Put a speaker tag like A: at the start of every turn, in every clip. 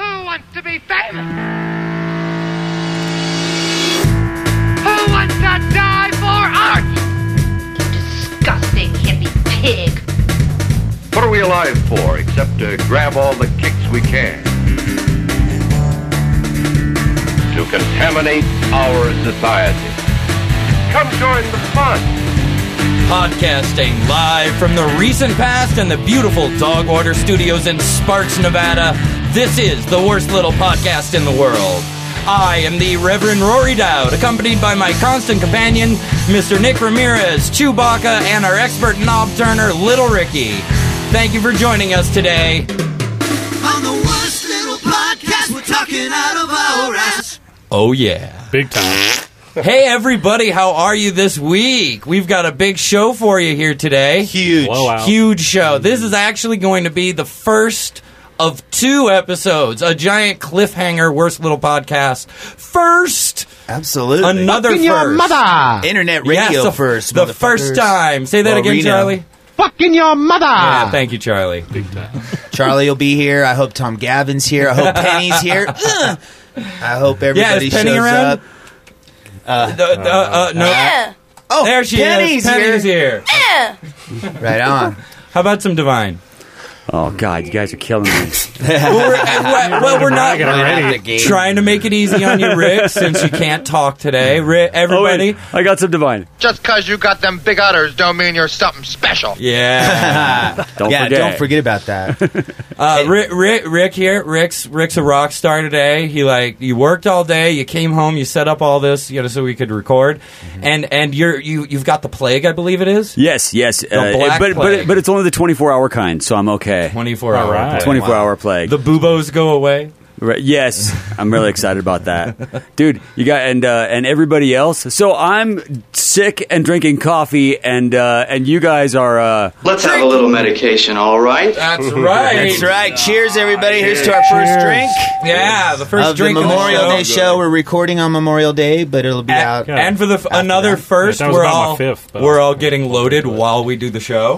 A: wants to be famous? Who wants to die for art?
B: You disgusting hippie pig.
C: What are we alive for except to grab all the kicks we can? To contaminate our society. Come join the fun.
D: Podcasting live from the recent past and the beautiful Dog Order Studios in Sparks, Nevada. This is the worst little podcast in the world. I am the Reverend Rory Dowd, accompanied by my constant companion, Mr. Nick Ramirez, Chewbacca, and our expert knob turner, Little Ricky. Thank you for joining us today.
E: On the worst little podcast, we're talking out of our ass.
D: Oh, yeah.
F: Big time.
D: Hey, everybody, how are you this week? We've got a big show for you here today.
G: Huge.
F: Blow out.
D: Huge show. This is actually going to be the first of two episodes. A giant cliffhanger, worst little podcast. First,
G: Absolutely.
D: another first.
A: mother!
G: internet
D: Ah. Yes,
G: radio
D: the,
G: first.
D: The first
G: motherfuckers.
D: time. Say that
G: Well,
D: again,
G: Reno.
D: Charlie.
A: Fucking your mother!
D: Yeah, thank you, Charlie.
G: Charlie will be here. I hope Tom Gavin's here. I hope Penny's here. Ugh. I hope everybody
D: Penny
G: shows
D: around?
G: up.
D: The- the- uh, no.
G: Oh,
D: There she
G: Penny's
D: is. Penny's here.
G: here. Right on.
D: How about some divine?
H: Oh God, you guys are killing me.
D: Well, we're, uh, well, well, we're not
F: Get already.
D: trying to make it easy on you, Rick, since you can't talk today. Rick,
H: Oh,
D: everybody.
H: wait, I got some divine.
I: Just cause you got them big udders don't mean you're something special.
D: yeah.
H: Don't
G: yeah,
H: forget.
G: don't forget about that.
D: Uh, Rick, Rick, Rick here. Rick's Rick's a rock star today. He like you worked all day. You came home. You set up all this, you know, so we could record.
F: Mm-hmm.
D: And and you're you you've got the plague, I believe it is.
H: Yes, yes. uh,
D: The Black
H: but but
D: Plague.
H: it, but it's only the twenty four hour kind, so I'm okay.
D: Twenty four
F: All
D: hour.
F: right.
D: plague.
H: Twenty four hour plague.
D: The buboes go away.
H: Right, yes, I'm really excited about that, dude. You got and uh, and everybody else. So I'm sick and drinking coffee, and uh, and you guys are. Uh,
J: Let's have a little medication, all right?
D: That's right.
G: That's right. Cheers, everybody. Here's to our first drink
D: Yeah, the first
G: of the
D: drink of
G: Memorial
D: the show.
G: Day show. We're recording on Memorial Day, but it'll be out.
D: And, and for the f- another
G: that.
D: first,
F: Yeah, that was
D: we're
F: about my
D: all
F: fifth, but-
D: we're all getting loaded while we do the show.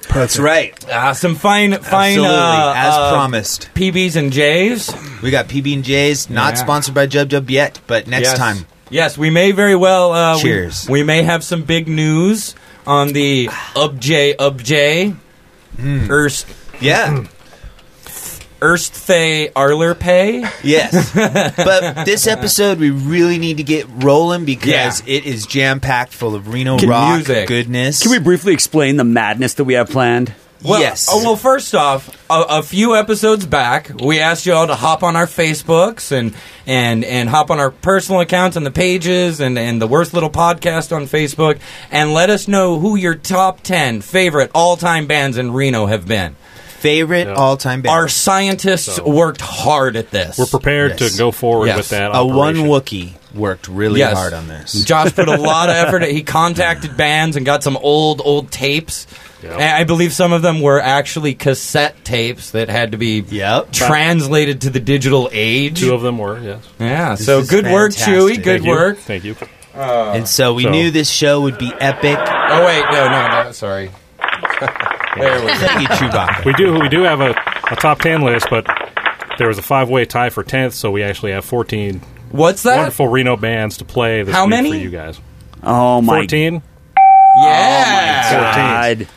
G: That's right.
D: Uh, some fine fine
G: Absolutely,
D: uh,
G: as
D: uh,
G: promised.
D: PBs and J's.
G: We got PB and J's. Not
D: Yeah.
G: sponsored by Jub Jub yet, but next
D: yes.
G: time.
D: Yes, we may very well. Uh, we-
G: Cheers.
D: We, may have some big news on the UbJ UbJ
G: Hmm.
D: Erst
G: Yeah.
D: Ersthay Arlerpay.
G: Yes. but this episode, we really need to get rolling because
D: Yeah.
G: it is jam packed full of Reno
D: Good
G: rock
D: music.
G: goodness.
H: can we briefly explain the madness that we have planned?
D: Well,
G: yes.
D: Oh, well, first off, a, a few episodes back, we asked you all to hop on our Facebooks and and and hop on our personal accounts and the pages and and the worst little podcast on Facebook and let us know who your top ten favorite all time bands in Reno have been.
G: Favorite all time band.
D: Our scientists worked hard at this.
F: We're prepared
G: Yes.
F: to go forward
D: Yes.
F: with that.
G: a one
F: operation.
G: Wookie worked really
D: Yes.
G: hard on this.
D: Josh put a lot of effort. He contacted bands and got some old, old tapes. And I believe some of them were actually cassette tapes that had to be
G: Yep.
D: translated to the digital age.
F: Two of them were, yes.
D: Yeah,
G: This
D: so
G: is
D: good work,
G: fantastic.
D: Chewy. Good
F: Thank you.
D: work.
F: Thank you.
G: and so we
F: So-
G: knew this show would be epic.
D: Oh wait, no, no, no sorry. there we go.
G: Thank you, Chewbacca.
F: We do we do have a, a top ten list, but there was a five way tie for tenth, so we actually have fourteen
D: What's that?
F: wonderful Reno bands to play this
D: How
F: week
D: many?
F: for you guys.
H: Oh my
F: Fourteen.
D: Yeah.
H: Oh, God!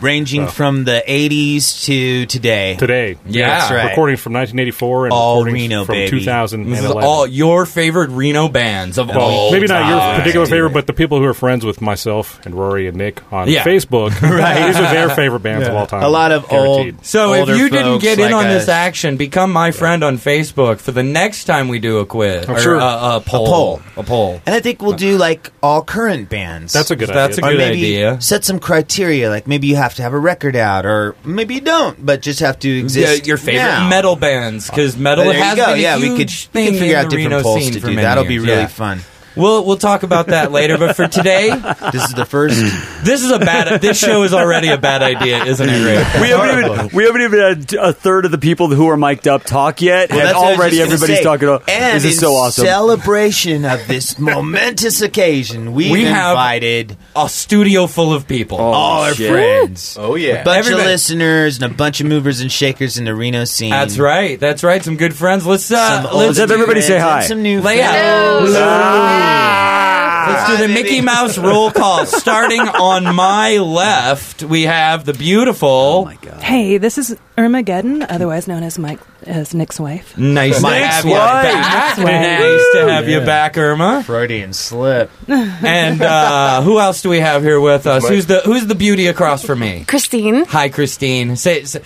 G: Ranging from the 80s to today.
F: Today.
D: Yeah.
G: That's right.
F: Recording from nineteen eighty four and
G: All
F: recordings
G: Reno,
F: from
G: baby.
F: two thousand
D: This
F: and
D: is
F: eleven.
D: all your favorite Reno bands of
F: well,
D: all.
F: maybe not your
D: time.
F: particular favorite, but the people who are friends with myself and Rory and Nick on
D: Yeah.
F: Facebook. right. These are their favorite bands of all time.
G: A lot of
F: guaranteed.
G: old.
D: So
G: older
D: if you didn't
G: folks
D: get in
G: like
D: on
G: us.
D: this action, become my friend on Facebook for the next time we do a quiz or
F: sure.
D: a, a poll.
G: Oh, poll.
D: A poll.
G: And I think we'll do like all current bands.
F: That's a good
D: That's
F: idea.
D: a
G: or
D: good
G: maybe
D: idea.
G: set some criteria like maybe you have to have a record out or maybe you don't but just have to
D: Yeah,
G: exist
D: your favorite
G: now.
D: metal bands because metal
G: But there you
D: has
G: go.
D: been a
G: yeah
D: huge
G: we could, we
D: thing
G: could figure
D: in
G: out
D: the
G: different
D: Reno
G: polls
D: scene
G: to
D: for
G: do
D: many
G: that'll be
D: years.
G: really
D: Yeah.
G: fun
D: We'll we'll talk about that later. But for today, this
G: is the first.
D: This is a bad. This show is already a bad idea, isn't it? Ray?
H: We haven't even we haven't even had a third of the people who are mic'd up talk yet,
G: Well,
H: and
G: that's what I was
H: already
G: just gonna
H: everybody's
G: say.
H: talking about
G: And
H: this is
G: in
H: so awesome.
G: Celebration of this momentous occasion. We've
D: We have Oh,
G: invited
D: a studio full of people.
G: all our
H: shit.
G: friends.
K: Oh yeah.
G: A bunch
D: Everybody-
G: of listeners and a bunch of movers and shakers in the Reno scene.
D: That's right. That's right. Some good friends. Let's uh,
G: Some old
D: let's
H: Let's have everybody say
G: friends and
H: hi.
G: Some new
D: Lay out.
G: friends.
D: Let's do the Mickey Mouse roll call. Starting on my left, we have the beautiful. Oh my god!
L: Hey, this is Irma Geddon, otherwise known as Mike as Nick's wife.
D: Nice to
G: Mike's
D: have you
G: wife.
D: back.
L: Nick's wife.
D: Nice to have you back, Irma.
G: Freudian slip.
D: And uh, who else do we have here with us? Who's the Who's the beauty across from me?
M: Christine.
D: Hi, Christine. Say, s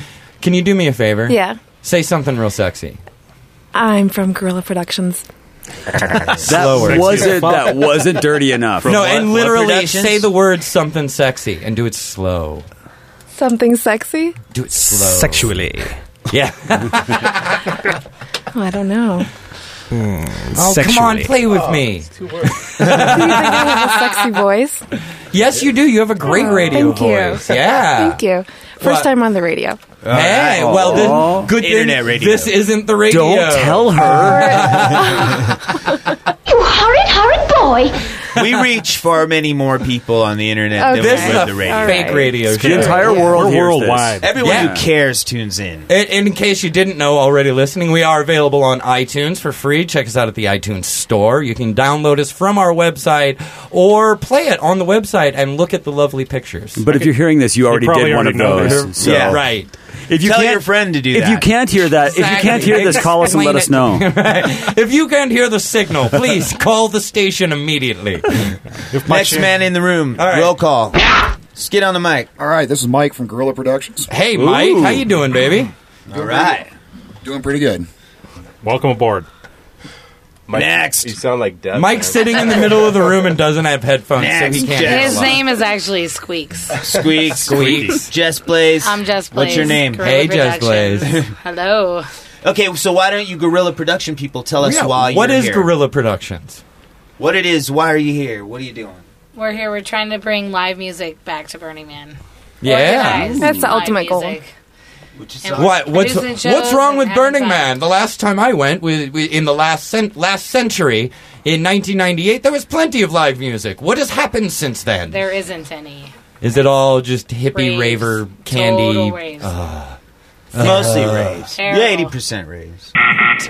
D: can you do me a favor?
M: Yeah.
D: Say something real sexy.
M: I'm from Gorilla Productions.
H: That wasn't that wasn't dirty enough.
D: no, and literally say the word something sexy and do it slow.
M: Something sexy?
D: Do it slow. Sexually. Yeah.
M: Oh, I don't know.
D: Oh, come on, play with me.
M: Do you think I have a sexy voice?
D: Yes, you do. You have a great
M: Oh,
D: radio
M: Thank
D: voice.
M: You.
D: Yeah.
M: Thank you. First
D: What?
M: time on the radio.
D: Hey, well,
H: Oh.
D: then, good thing
H: Internet radio.
D: This isn't the radio.
H: Don't tell
E: You horrid, horrid boy!
G: we reach far many more people on the internet
M: Okay.
G: than
D: This
G: we
D: is
G: would
D: a
G: the radio.
D: fake radio show.
H: The entire world
C: We're
H: hears this.
C: worldwide.
G: Everyone
D: Yeah.
G: who cares tunes in.
D: And in case you didn't know already listening, we are available on iTunes for free. Check us out at the iTunes store. You can download us from our website or play it on the website and look at the lovely pictures.
H: But if you're hearing this, you already
C: probably
H: did one
C: already
H: of
C: know
H: those.
C: that.
H: So.
G: Yeah.
D: Right.
H: If you
G: Tell
H: can't,
G: your friend to do
H: if
G: that.
H: you can't hear that, if you can't
D: Exactly.
H: hear this, call us and let us know.
D: Right. If you can't hear the signal, please call the station immediately.
C: If my
G: Next
C: chan-
G: man in the room.
D: right.
G: Roll call. Let's get on the mic.
F: All right, this is Mike from Gorilla Productions.
D: Hey, Mike,
H: Ooh.
D: how you doing, baby?
G: All right.
F: Doing pretty good.
C: Welcome aboard.
K: Mike,
G: Next.
K: You sound like death.
D: Mike's sitting in the middle of the room and doesn't have headphones,
G: Next,
D: so he can't.
G: Jeff.
D: hear
N: His
D: a lot.
N: name is actually Squeaks.
G: Squeaks.
D: Squeaks.
G: Jess Blaze.
N: I'm Jess Blaze.
G: What's your name?
N: Gorilla
D: Hey, Jess
N: Productions.
D: Blaze.
N: Hello.
G: Okay, so why don't you guerrilla production people tell us
D: Yeah,
G: why
D: what
G: you're
D: is
G: here?
D: Gorilla Productions?
G: What it is, why are you here? What are you doing?
N: We're here. We're trying to bring live music back to Burning Man.
D: Yeah.
N: Organize
M: That's the
N: live
M: ultimate goal.
N: music.
G: Which is
N: And
G: awesome.
D: What what's
N: Producing shows
D: what's wrong
N: and
D: with
N: having
D: Burning
N: fun.
D: Man? The last time I went, we, we, in the last cen- last century, in 1998, there was plenty of live music. What has happened since then? Is
N: There isn't any.
D: it all just hippie
N: Raves.
D: raver
N: Total
D: candy?
N: raves.
G: Mostly
D: Uh,
G: raves.
N: Terrible.
G: You're eighty percent raves.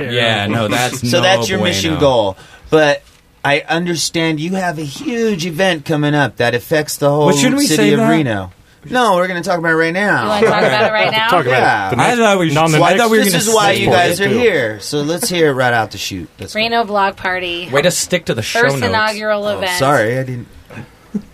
D: yeah, no, that's
G: So
D: no
G: that's your mission
D: bueno.
G: goal. But I understand you have a huge event coming up that affects the whole
D: Well, shouldn't we
G: city
D: say
G: of
D: that?
G: Reno. No, we're going to talk about it right
N: You
G: now.
N: want to talk about it right now?
C: Talk about
G: Yeah.
C: it. The
D: I
C: next-
D: thought we should-
C: no, the
D: Why- I
C: next-
D: thought we were
G: this
D: gonna
G: is why
D: say
G: you
D: it,
G: guys are
D: too.
G: here. So let's hear it right out the shoot. Let's go.
N: Reno Blog Party.
D: Way to stick to the show
N: First
D: notes.
N: inaugural
G: Oh,
N: event.
G: sorry, I didn't.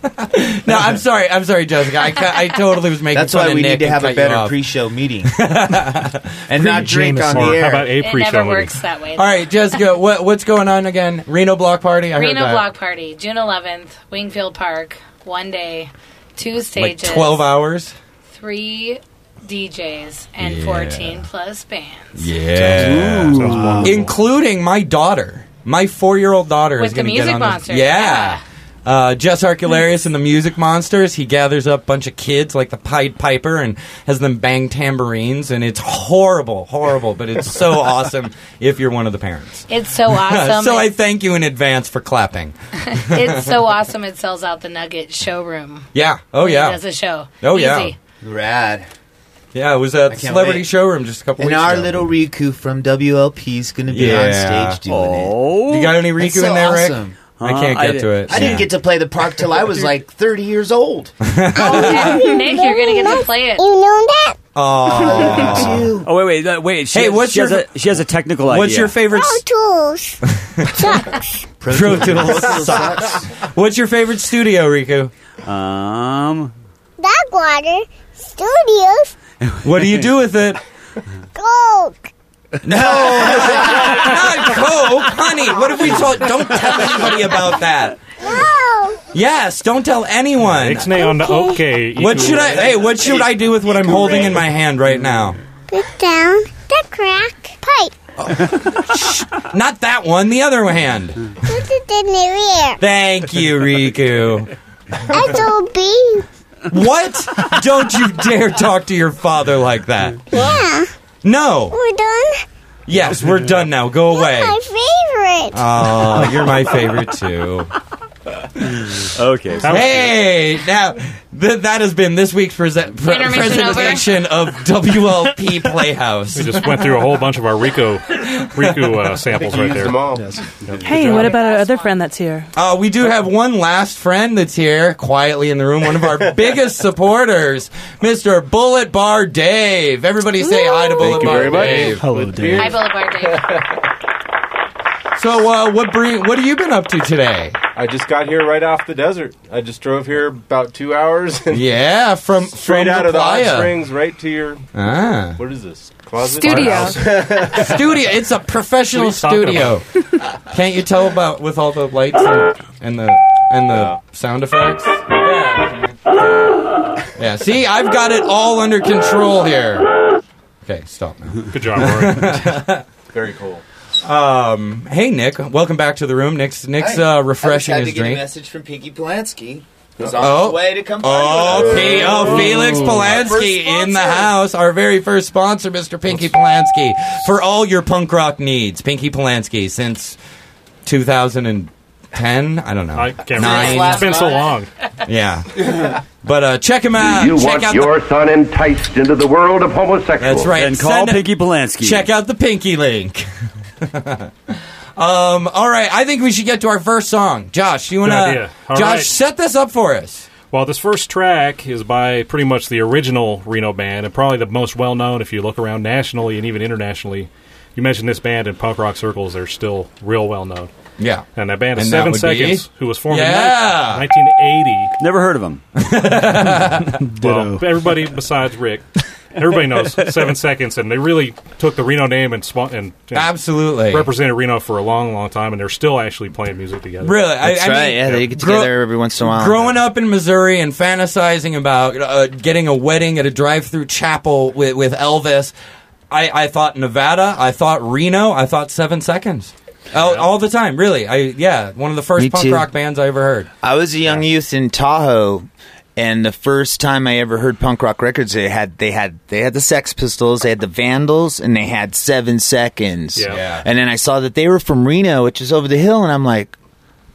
D: No, I'm sorry. I'm sorry, Jessica. I, ca- I totally was making
G: That's
D: fun
G: why
D: of
G: we
D: Nick
G: need to
D: and
G: have
D: cut
G: a
D: you
G: better
D: off.
G: pre-show meeting and not drink
C: Jameson.
G: on the
C: Or
G: air.
C: How about a
N: It
C: pre
N: never
C: show
N: works that way.
D: All right, Jessica, what, what's going on again? Reno Block Party? I heard
N: Reno
D: that.
N: Block Party, June 11th, Wingfield Park, one day, two
D: Like
N: stages,
D: 12 hours?
N: three DJs, and
D: Yeah.
N: 14 plus bands.
D: Yeah. Including my daughter. My four year old daughter
N: With
D: is
N: the
D: going to
N: Music
D: get on this-
N: Monsters,
D: Yeah. Uh, Jess Arcularius and the Music Monsters. He gathers up a bunch of kids like the Pied Piper and has them bang tambourines, and it's horrible, horrible, but it's so awesome if you're one of the parents.
N: It's so awesome.
D: so I thank you in advance for clapping.
N: it's so awesome. It sells out the Nugget showroom.
D: Yeah. Oh,
N: It
D: yeah.
N: does a show.
D: Oh,
N: Easy.
D: yeah.
G: Rad.
D: Yeah, it was at the
G: can't
D: Celebrity
G: wait.
D: Showroom just a couple
G: And
D: weeks
G: our
D: ago.
G: little Riku from WLP is going to be
D: Yeah.
G: on stage doing it.
H: Oh,
D: You got any Riku
G: That's so
D: in there, Rick?
G: awesome. Uh,
D: I can't
H: Huh? I
D: get
H: did-
D: to it.
G: I didn't get to play the park till I was like 30 years old.
N: And Nick, you're going to get to play it.
D: Aw.
G: Too.
H: Oh wait, wait, uh, wait. She,
D: Hey,
H: has-
D: what's
H: she
D: your-
H: has a, she has a technical idea.
D: What's your favorite? s- Pro Tools sucks. What's your favorite studio, Riku?
H: um?
O: Backwater Studios
D: What do you do with it?
O: Coke.
D: Not coke, honey. What have we told? Don't tell anybody about that.
O: No.
D: Yes, don't tell anyone.
C: Next name on the okay.
D: What should I? Hey, what should I do with what I'm holding in my hand right now?
O: Put down the crack pipe.
D: Not that one, the other hand.
O: What's it in the ear?
D: Thank you, Riku.
O: That's all B.
D: What? Don't you dare talk to your father like that.
O: Yeah.
D: No.
O: We're done.
D: Yes, we're done now. Go away.
O: My favorite.
D: Oh, you're my favorite too.
H: Okay.
D: Hey, now th- that has been this week's prese- pre-
F: Intermission over.
D: presentation of WLP Playhouse.
F: We just went through a whole bunch of our Rico Riku uh, samples right there.
L: Hey, what about our other friend that's here?
D: Uh, we do have one last friend that's here quietly in the room, one of our biggest supporters, Mr. Bullet Bar Dave. Everybody say hi to Bullet
K: Thank you
D: Bar
K: very much.
D: Dave.
K: Hello, Dave.
N: Hi, Boulevard Dave.
D: So, uh, what bring? What have you been up to today?
K: I just got here right off the desert. I just drove here about two hours. And
D: Yeah, from
K: straight
D: from
K: out
D: the
K: of the hot
D: playa.
K: springs right to your
D: Ah.
K: what is this closet
D: Studio. studio. It's a professional
K: What are you
D: studio.
K: talking
D: Can't you tell about with all the lights and, and the and the sound effects? Yeah. See, I've got it all under control here. Okay, stop. Now. Good
F: job, Rory.
K: Very cool.
D: Um, hey, Nick. Welcome back to the room. Nick's Nick's uh, refreshing
G: I just had
D: his
G: to get
D: drink.
G: a message from Pinky Polanski. Who's on
D: Oh.
G: his way to come party
D: Oh,
G: with us.
D: P- oh, Felix Polanski in the house. Our very first sponsor, Mr. Pinky Polanski, for all your punk rock needs. Pinky Polanski since 2010. I don't know. I
F: can't remember. It's been so long.
D: Yeah. But uh, check him out.
C: You
D: check out
C: want
D: the-
C: your son enticed into the world of homosexuals.
D: That's right. Send it- Check out the Pinky link. um, all right, I think we should get to our first song. Josh, you want
F: Good idea.
D: to?
F: All
D: Josh,
F: right.
D: set this up for us.
F: Well, this first track is by pretty much the original Reno band, and probably the most well known if you look around nationally and even internationally. You mentioned this band in punk rock circles; they're still real well known.
D: Yeah.
F: And uh, that band is
D: And that
F: Seven
D: would be-
F: Seconds, who was formed
D: Yeah.
F: in 1980.
H: Never heard of him.
F: Well, everybody besides Rick, everybody knows Seven Seconds, and they really took the Reno name and, swa- and, and
D: Absolutely.
F: represented Reno for a long, long time, and they're still actually playing music together.
D: Really, I- That's I mean- right, yeah, they get together
G: every once in a while.
D: Growing up in Missouri and fantasizing about uh, getting a wedding at a drive-through chapel with, with Elvis, I, I thought Nevada, I thought Reno, I thought Seven Seconds, all, all the time. Really, I yeah, one of the first
G: Me
D: punk
G: too.
D: rock bands I ever heard.
G: I was a young youth in Tahoe, and the first time I ever heard punk rock records, they had they had they had the Sex Pistols, they had the Vandals, and they had Seven Seconds.
E: Yeah. Yeah.
G: And then I saw that they were from Reno, which is over the hill, and I'm like.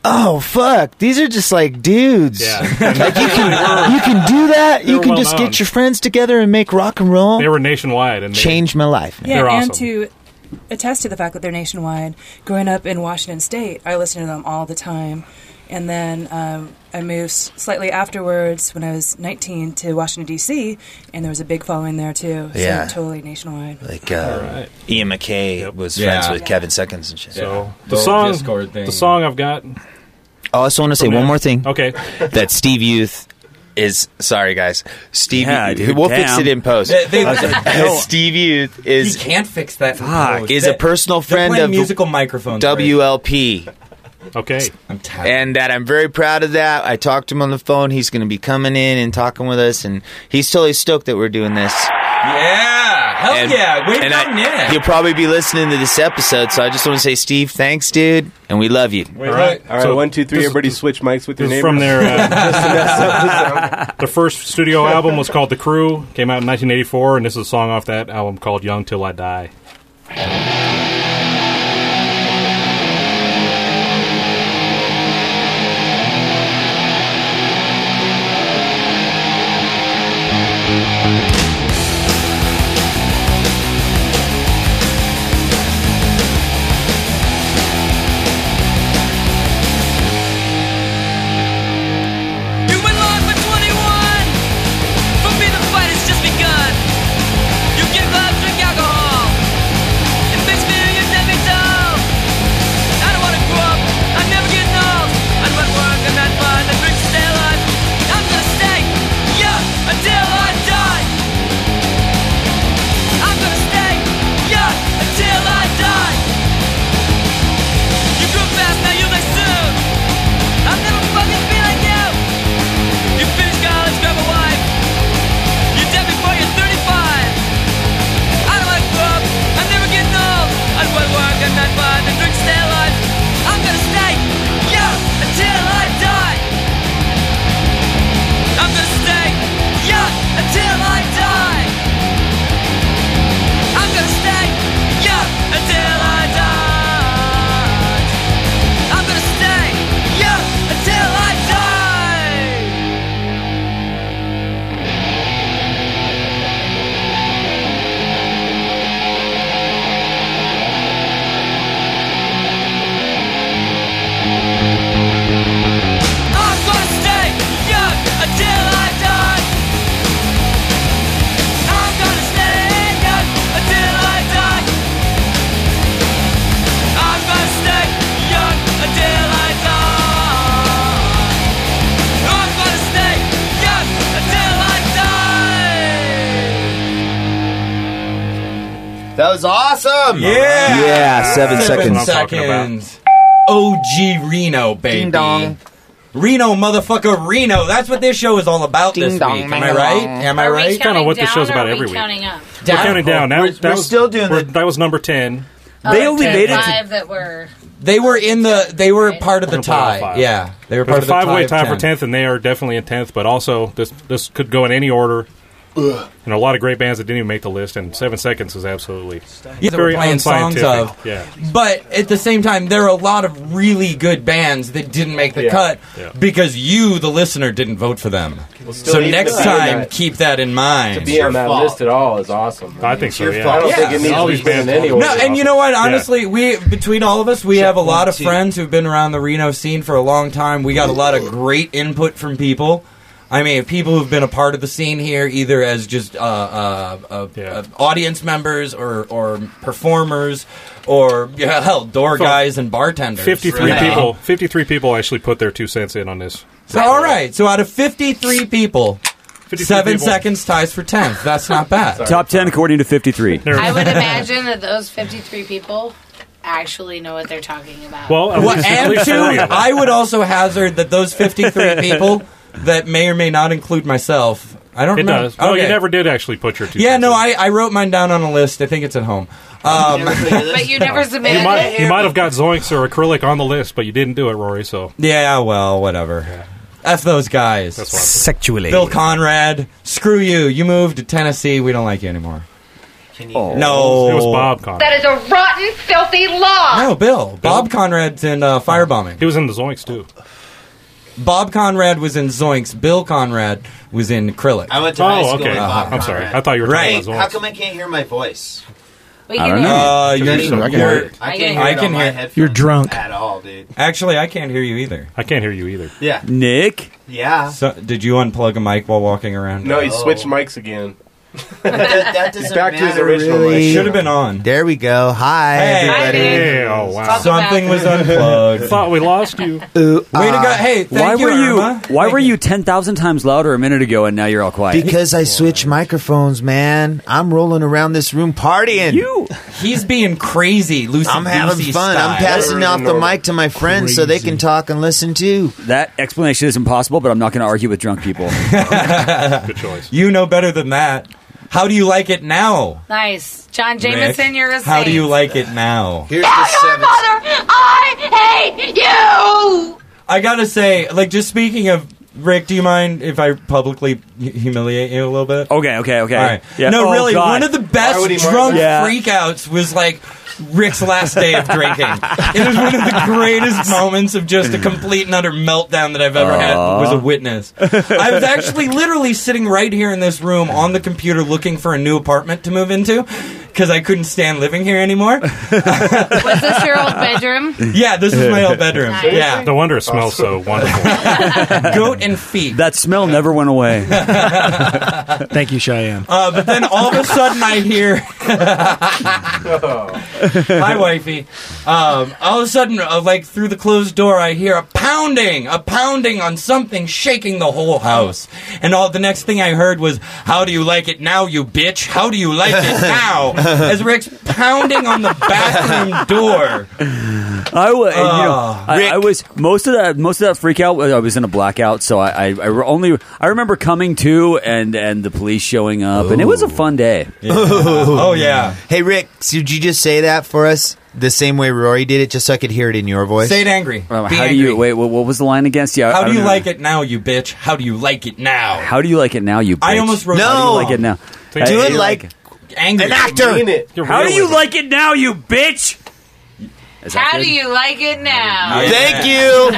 G: Oh fuck! These are just like dudes. like you can you can do that.
F: They
G: you
F: were
G: can
F: well
G: just
F: known.
G: get your friends together and make rock and roll.
F: They were nationwide and they-
G: changed my life. man.
L: Yeah, and to attest to the fact that they're nationwide. Growing up in Washington State, I listened to them all the time, and then um, I moved s- slightly afterwards when I was 19 to Washington D.C., and there was a big following there too. So
G: Yeah.
L: totally nationwide.
G: like uh, Ian McKay was
D: Yeah.
G: friends with Kevin Seconds and shit.
F: So the song, the song I've got.
G: I also want to say
F: From
G: one
F: there.
G: more thing.
F: Okay.
G: That Steve Youth is sorry guys. Steve
D: Yeah,
G: Youth,
D: dude,
G: we'll fix
D: damn.
G: it in post.
D: They- they- No.
G: Steve Youth
D: you
G: is
D: can't fix that.
G: fuck, is a personal friend of
D: musical microphones.
G: WLP.
F: Okay.
D: I'm tired.
G: And that I'm very proud of that. I talked to him on the phone. He's going to be coming in and talking with us, and he's totally stoked that we're doing this.
D: Yeah, hell
G: And-
D: yeah, way
G: and
D: down
G: I,
D: there.
G: he'll probably be listening to this episode, so I just want to say, Steve, thanks, dude, and we love you.
K: all right all right
F: So
K: one two three
F: this-
K: everybody switch mics with your
F: this is
K: neighbors
F: from their, uh,
K: Just to mess up the sound.
F: The first studio album was called The Crew, came out in 1984, and this is a song off that album called Young Till I Die.
E: You went live for 21. For me, the fight has just begun. You give up, drink alcohol, and
P: That was awesome. Yeah. Yeah, seven seconds.
D: seconds. OG Reno, baby.
P: Ding dong.
D: Reno, motherfucker, Reno. That's what this show is all about
P: Ding
D: this
P: dong,
D: week. Am
P: ding
D: I right?
P: dong.
D: Am I
F: Are we
D: right?
F: Kinda counting what this down show's or about are we every week. counting
N: up?
F: We're counting down. Now,
P: We're-
F: that
P: we're
F: was,
P: still doing
F: we're- That was number ten.
D: They only made it to-
N: five that were.
D: They were in the. They were part of the
F: Playoff
D: tie.
F: five.
D: Yeah, they were
F: There's
D: part of
F: a
D: the
F: five-way
D: tie.
F: tie for tenth, and they are definitely in tenth. But also, this this could go in any order. And a lot of great bands that didn't even make the list, and Seven Seconds is absolutely
D: Yeah, that we're
F: very
D: playing songs
F: unscientific.
D: of.
F: Yeah,
D: But at the same time, there are a lot of really good bands that didn't make the
F: Yeah.
D: cut
F: Yeah.
D: because you, the listener, didn't vote for them.
K: still
D: so
K: need to
D: next
K: be on
D: time,
K: that-
D: keep that in mind.
K: To be on that list at all is awesome. I
F: think
K: so, yeah. I don't think it needs to be in any order.
D: No, and you know what?
K: Yeah.
D: Honestly, we between all of us, we have a lot of
K: two.
D: friends who've been around the Reno scene for a long time. We got a lot of great input from people. I mean, people who've been a part of the scene here, either as just uh, uh, uh, uh, audience members or, or performers, or yeah, hell, door
F: So,
D: guys and bartenders.
F: fifty-three
D: Yeah.
F: people. Fifty-three people actually put their two cents in on this.
D: So, all right. So out of fifty-three people, seven
F: people.
D: seconds ties for tenth. That's not bad.
H: Top 10 according to 53.
N: I would imagine that those 53 people actually know what they're talking about.
F: Well, at
D: Well,
F: least- at
D: and
F: least
D: two,
F: three of them.
D: I would also hazard that those 53 people that may or may not include myself. I don't
F: It
D: remember.
F: does. Oh, you
D: Okay.
F: never did actually put your two.
D: Yeah, no, I, I wrote mine down on a list. I think it's at home. Um,
N: but you never submitted
F: You might, you
N: it.
F: might have got Zoinks or acrylic on the list, but you didn't do it, Rory. So
D: yeah, well, whatever. F those guys.
C: Sexually.
D: Bill Conrad, screw you. You moved to Tennessee. We don't like you anymore.
P: Oh.
D: No.
F: it was Bob Conrad.
B: is a rotten, filthy law.
D: No, Bill. Bob Conrad's in uh, firebombing.
F: He was in the Zoinks too.
D: Bob Conrad was in Zoinks. Bill Conrad was in Acrylic.
G: I went to high school with Bob
D: Uh-huh.
G: Conrad.
F: thought you were
D: Right.
G: Wait, how come I can't hear my voice?
N: We
D: I don't know. Uh, you're
G: I
D: so
G: can't
D: weird.
G: hear it. I can't hear
D: I
G: it
D: can
G: on
D: hear-
G: my headphones
D: You're drunk.
G: at all, dude.
D: Actually, I can't hear you either.
F: I can't hear you either.
G: Yeah.
D: Nick?
G: Yeah.
D: So, did you unplug a mic while walking around?
K: No, he switched mics again.
G: that, that
K: He's
G: doesn't
K: back to his
G: matter
K: original
G: really.
K: mic.
D: Should have been on.
P: There we go. Hi,
D: Hey.
P: everybody.
D: Hey,
F: oh,
D: wow. Something was unplugged.
F: Thought we lost you.
P: Ooh,
D: Way to
P: ah.
D: go. Hey, thank
H: Why
D: you,
H: were you?
D: Irma.
H: Why were you ten thousand times louder a minute ago, and now you're all quiet?
P: Because I switch microphones, man. I'm rolling around this room partying. You.
D: He's being crazy, Lucy.
P: I'm having
D: Lucy
P: fun. I'm
D: style.
P: passing off the mic to my friends so they can talk and listen too.
H: that explanation is impossible, but I'm not going to argue with drunk people.
F: Good choice.
D: You know better than that. How do you like it now?
N: Nice. John Jameson,
D: Nick?
N: you're a
D: How do
N: saint.
D: you like it now?
G: Here's the seven.
B: I hate you.
D: I gotta say, like, just speaking of Rick, do you mind if I publicly hu- humiliate you a little bit?
H: Okay, okay, okay.
D: All right.
H: Yeah.
D: No,
H: Oh,
D: really,
H: God.
D: one of the best
H: Why would he mind
D: drunk
H: that?
D: freakouts was like Rick's last day of drinking. it was one of the greatest moments of just a complete and utter meltdown that I've ever had.
H: Aw.
D: Was a witness. I was actually literally sitting right here in this room on the computer looking for a new apartment to move into because I couldn't stand living here anymore.
N: Was this your old bedroom?
D: Yeah, this is my old bedroom.
N: Nice.
D: Yeah,
F: No wonder it smells so wonderful.
D: goat and feet.
H: That smell never went away.
C: Thank you, Cheyenne.
D: Uh, but then all of a sudden I hear, hi wifey. Um, all of a sudden, uh, like through the closed door, I hear a pounding, a pounding on something shaking the whole house. And all the next thing I heard was, "How do you like it now, you bitch? How do you like it now?" As Rick's pounding on the bathroom door.
H: I was, you know,
D: Ah.
H: I, I was most of that most of that freak out. I was in a blackout, so I, I, I re- only I remember coming to and and the police showing up, and it was a fun day.
D: Oh yeah.
P: Hey Rick, so did you just say that for us the same way Rory did it, just so I could hear it in your voice?
D: Say it angry.
H: Um,
D: Be
H: how do
D: angry.
H: you wait? What, what was the line against you? I- I
D: How do
H: don't
D: you
H: know.
D: like it now, you bitch? How do you like it now?
H: How do you like it now? You. Bitch?
D: I almost wrote
H: How do you like it now?
D: No.
H: How
D: Do it
H: you
D: like Angry.
H: How do you like it now, you bitch?
N: How do you like it now?
D: Yeah. Thank
P: you.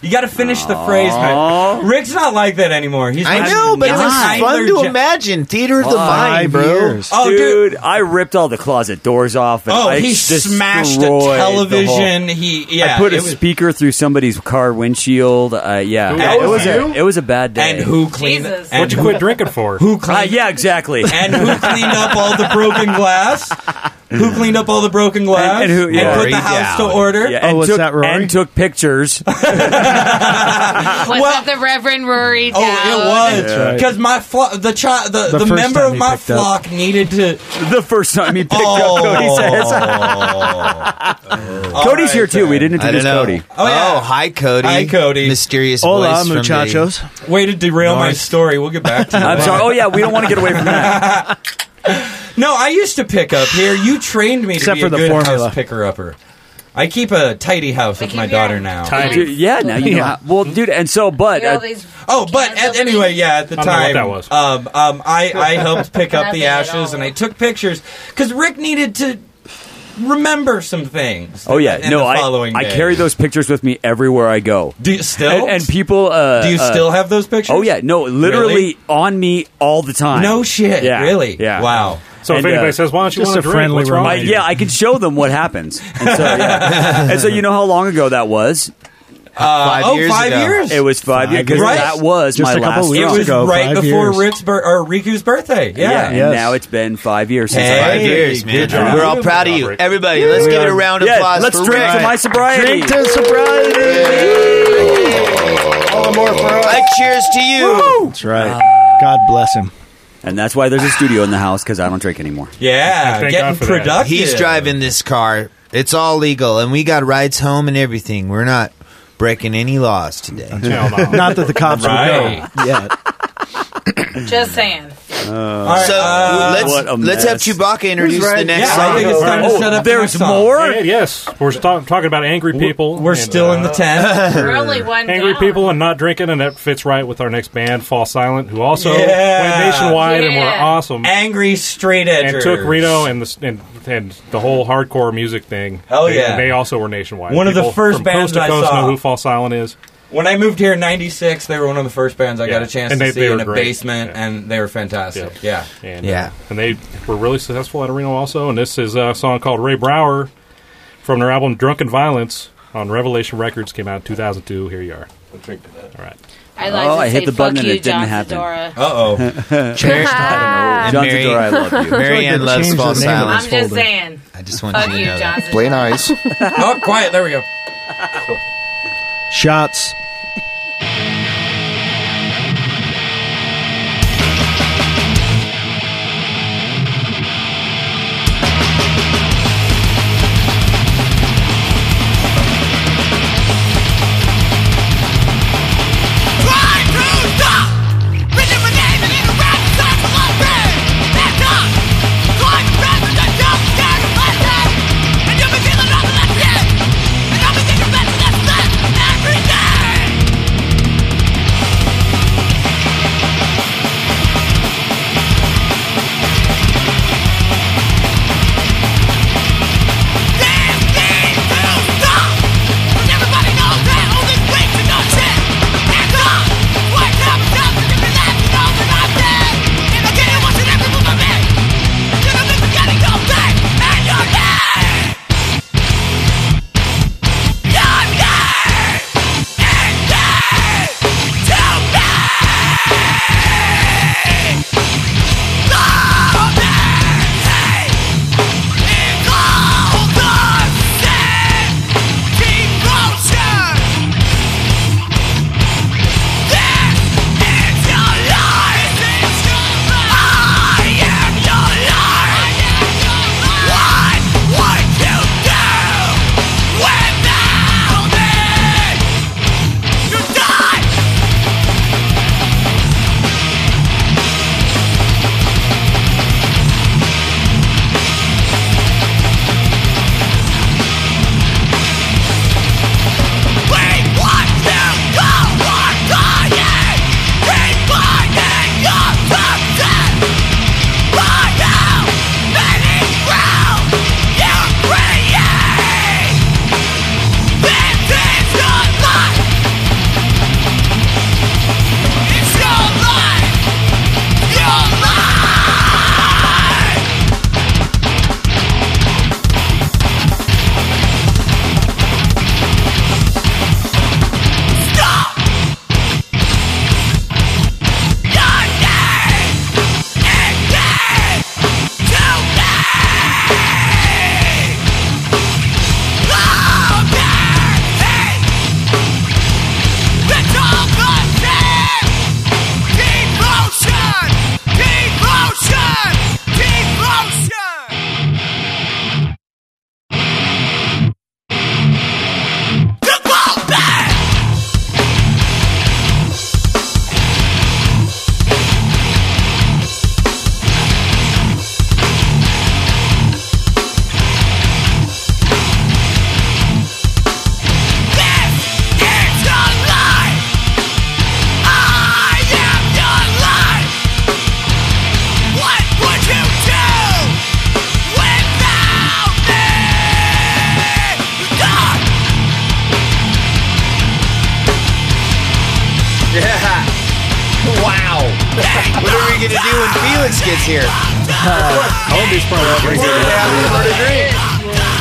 D: You got to finish the phrase, man. Rick's not like that anymore. He's
P: I
D: not-
P: know, but
D: he's
P: it's
D: not.
P: fun to
D: Tyler Ja-
P: imagine. Theater of the mind, bro.
D: Oh, dude.
H: I ripped all the closet doors off. And
D: Oh,
H: I
D: he smashed a
H: destroyed the
D: television.
H: whole-
D: He yeah.
H: I put a
D: it was-
H: speaker through somebody's car windshield. Uh, yeah,
D: Who
H: Yeah, it
D: was
H: was
D: you?
H: a, it was a bad day. Uh,
D: and who cleaned?
N: Jesus.
D: And
F: What'd you
D: who-
F: quit drinking for?
D: Who cleaned?
H: Uh, yeah, exactly.
D: And who cleaned up all the broken glass? Who cleaned up all the broken glass?
H: And who- yeah.
D: put
H: Rory
D: the house
H: Dowd.
D: to order?
H: Yeah, and took, And took pictures.
N: Was it the Reverend Rory Dowd?
D: Oh, it was because my flo- the chi- the,
H: The
D: the,
H: first
D: member
H: time
D: of
H: he
D: my
H: picked up.
D: flock needed to.
H: The first time he picked
D: oh.
H: up Cody says. Cody's here too. We didn't
P: I don't
H: introduce
P: know.
H: Cody.
P: Oh, hi, Cody.
D: Hi, Cody.
P: Mysterious
H: Hola,
P: voice from the-
H: muchachos.
D: Way to derail my
P: North.
D: story. We'll get back to that.
H: I'm sorry. Oh yeah, we don't want to get away from that.
D: No, I used to pick up here. You trained me
H: Except
D: to
H: for
D: be
H: the
D: a good
H: formula.
D: house picker upper. I keep a tidy house with my daughter now.
H: Dude, yeah, now you know. how- Well, dude, and so, but uh,
D: Oh, but at, anyway, yeah. At the
H: I don't know what that
D: time,
H: was.
D: Um, um, I I helped pick up the
H: Nothing at
D: ashes and I took pictures because Rick needed to remember some things.
H: oh yeah,
D: And
H: no,
D: the
H: I
D: following
H: I
D: day.
H: carry those pictures with me everywhere I go.
D: Do you still?
H: And, and people, uh,
D: Do you
H: uh,
D: still have those pictures?
H: Oh yeah, no, literally
D: Really?
H: on me all the time.
D: No shit,
H: Yeah,
D: really?
H: Yeah.
D: Wow.
F: So if anybody says, "Why don't you Just want a a drink? friendly What's wrong with
H: I-
F: you?"
H: yeah, I can show them what happens. And so, yeah. and so you know how long ago that was.
D: Uh, Five oh, years five ago. years?
H: It was five,
D: Five
H: years. 'cause
D: years.
H: That was
D: Just
H: my
D: a couple
H: last.
D: weeks It was ago, right five before years. Rick's bir- or Riku's birthday. Yeah.
H: and
D: Yes.
H: now it's been five years. Since
D: Hey,
H: I-
D: Five years, man.
H: Good job.
P: We're all proud of you. Everybody, let's give it a round of
H: Yeah,
P: applause.
H: Let's
P: for
H: drink
P: Rick.
H: to my sobriety.
P: Drink to sobriety. All the more for us. cheers to you. Ah.
H: That's right. God bless him. And that's why there's a studio in the house because I don't drink anymore.
D: Yeah, Thank getting God for that. productive.
P: He's driving this car. It's all legal, and we got rides home and everything. We're not breaking any laws today.
C: Not that the cops
P: Right.
C: will go. Yeah.
N: Just saying.
P: right, So, uh, let's- what a let's mess. have Chewbacca introduce Who's right? the next Yeah, I think song. it's
G: Oh,
P: time to set up the next song.
F: Yeah, yes, we're sta- talking about angry people. We're
D: still in the tent. We're only one
F: angry
D: down.
F: people and not drinking, and that fits right with our next band, Fall Silent, who also
D: Yeah.
F: went nationwide and were
D: Yeah.
F: awesome.
D: Angry straight edgers.
F: And took Reno and the s- and, and the whole hardcore music thing.
D: Hell
F: They-
D: yeah.
F: They also were nationwide.
D: One of the
F: People
D: first
F: from
D: bands
F: coast to
D: I
F: coast
D: saw.
F: know who Fall Silent is.
D: When I moved here in '96, they were one of the first bands I
F: Yeah.
D: got a chance
F: And
D: to
F: they-
D: see
F: they were
D: in a
F: great.
D: basement, and they were fantastic. Yeah,
F: And, uh, and they were really successful at Reno also. And this is a song called Ray Brower from their album Drunken Violence on Revelation Records, came out in 2002. Here you are.
K: drink to that.
F: All right.
N: I like to
F: Oh, I
N: say,
F: hit the
N: fuck
F: button and
N: you,
F: it didn't
N: John
F: happen.
N: Fedora.
D: Uh-oh.
P: Cherish
N: And
P: John
N: Mary-
P: Theodore, I love you. Marianne loves Fall Silence.
N: I'm just saying.
P: I just want
N: Fuck
P: you to
N: you,
P: know
N: John
P: that.
N: Fedora.
P: Blaine Eyes.
D: oh, quiet. There we go.
C: Shots.
E: Every day!
G: you gonna do when Felix gets here?
F: Holmby's probably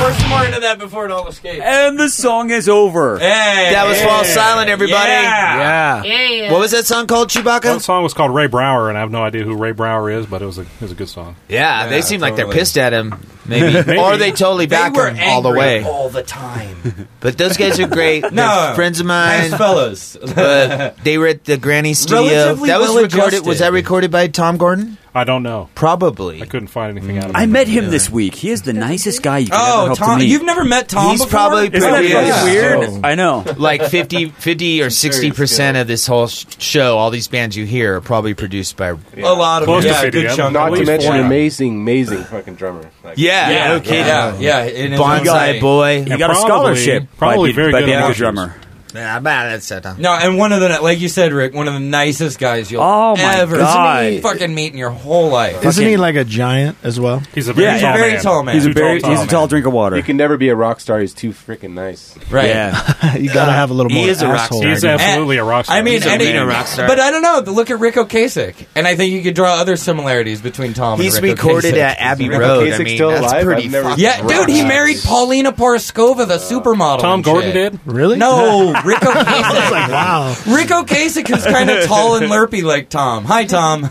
G: Pour some more into that before it all escapes.
H: And the song is over.
G: that was Fall Silent, everybody.
H: Yeah.
G: What was that song called, Chewbacca?
F: That song was called Ray Brower, and I have no idea who Ray Brower is, but it was a it was a good song.
G: Yeah, they
F: Yeah,
G: seem like they're
F: totally.
G: pissed at him, maybe,
F: Maybe.
G: or they totally back him all the way.
D: all the time.
G: But those guys are great. They're
D: No.
G: friends of mine,
D: Nice fellas.
G: but they were at the Granny Studio.
D: Relatively
G: that was recorded.
D: well-adjusted.
G: Was that recorded by Tom Gordon?
F: I don't know.
G: Probably. I
F: couldn't find anything
D: Mm.
F: out of
H: I met him this week. He is the nicest guy you could ever
G: Oh,
H: hope
G: Tom-
H: to meet.
G: you've never
D: met
G: Tom He's before? probably
H: Isn't that
G: pretty-
H: fucking
G: yeah.
H: weird.
G: So-
H: I know.
G: Like 50, 50 or sixty percent of this whole sh- show, all these bands you hear are probably produced by
D: A lot of
G: Close
D: them.
G: to
D: Yeah, a
G: 50,
D: good
G: yeah.
D: chunk.
G: Not
D: At
G: to
D: least
G: mention
D: four.
K: amazing, amazing fucking drummer. Like,
G: Yeah,
D: Yeah,
G: no
D: yeah,
G: kidding.
D: yeah, yeah, it is
G: Bonsai
D: insane.
G: boy.
D: He got a scholarship by Pete- by Pete the drummer.
G: Yeah, bad at that.
D: No, and one of the like you said, Rick, one of the nicest guys you'll
C: Oh, my
D: ever
C: God. Isn't he-
D: fucking meet in your whole life.
C: Isn't he like a giant as well?
F: He's a
D: very Yeah, he's a tall very man. tall man. He's a Too very- tall, tall he's a tall man.
H: drink of water.
K: You can never be a rock star. He's too freaking nice.
D: Right.
C: Yeah. you gotta have a little more. asshole.
K: a rock
D: I mean, any- But I
K: I,
D: don't know. Look at Rick Ocasek, and I think you could draw other similarities between Tom.
G: He's
D: and Rick
G: recorded
D: Ocasek.
G: at Abbey Rick Road. I Ocasek's mean, still that's alive? pretty I've never- fucking
D: Yeah, dude, he
G: rock.
D: married Paulina Poroskova, the supermodel.
F: Tom
D: and
F: Gordon
D: shit.
F: did?
C: Really?
D: No, Rick Ocasek.
C: like, wow.
D: Rick Ocasek is kind of tall and lurpy like Tom. Hi, Tom.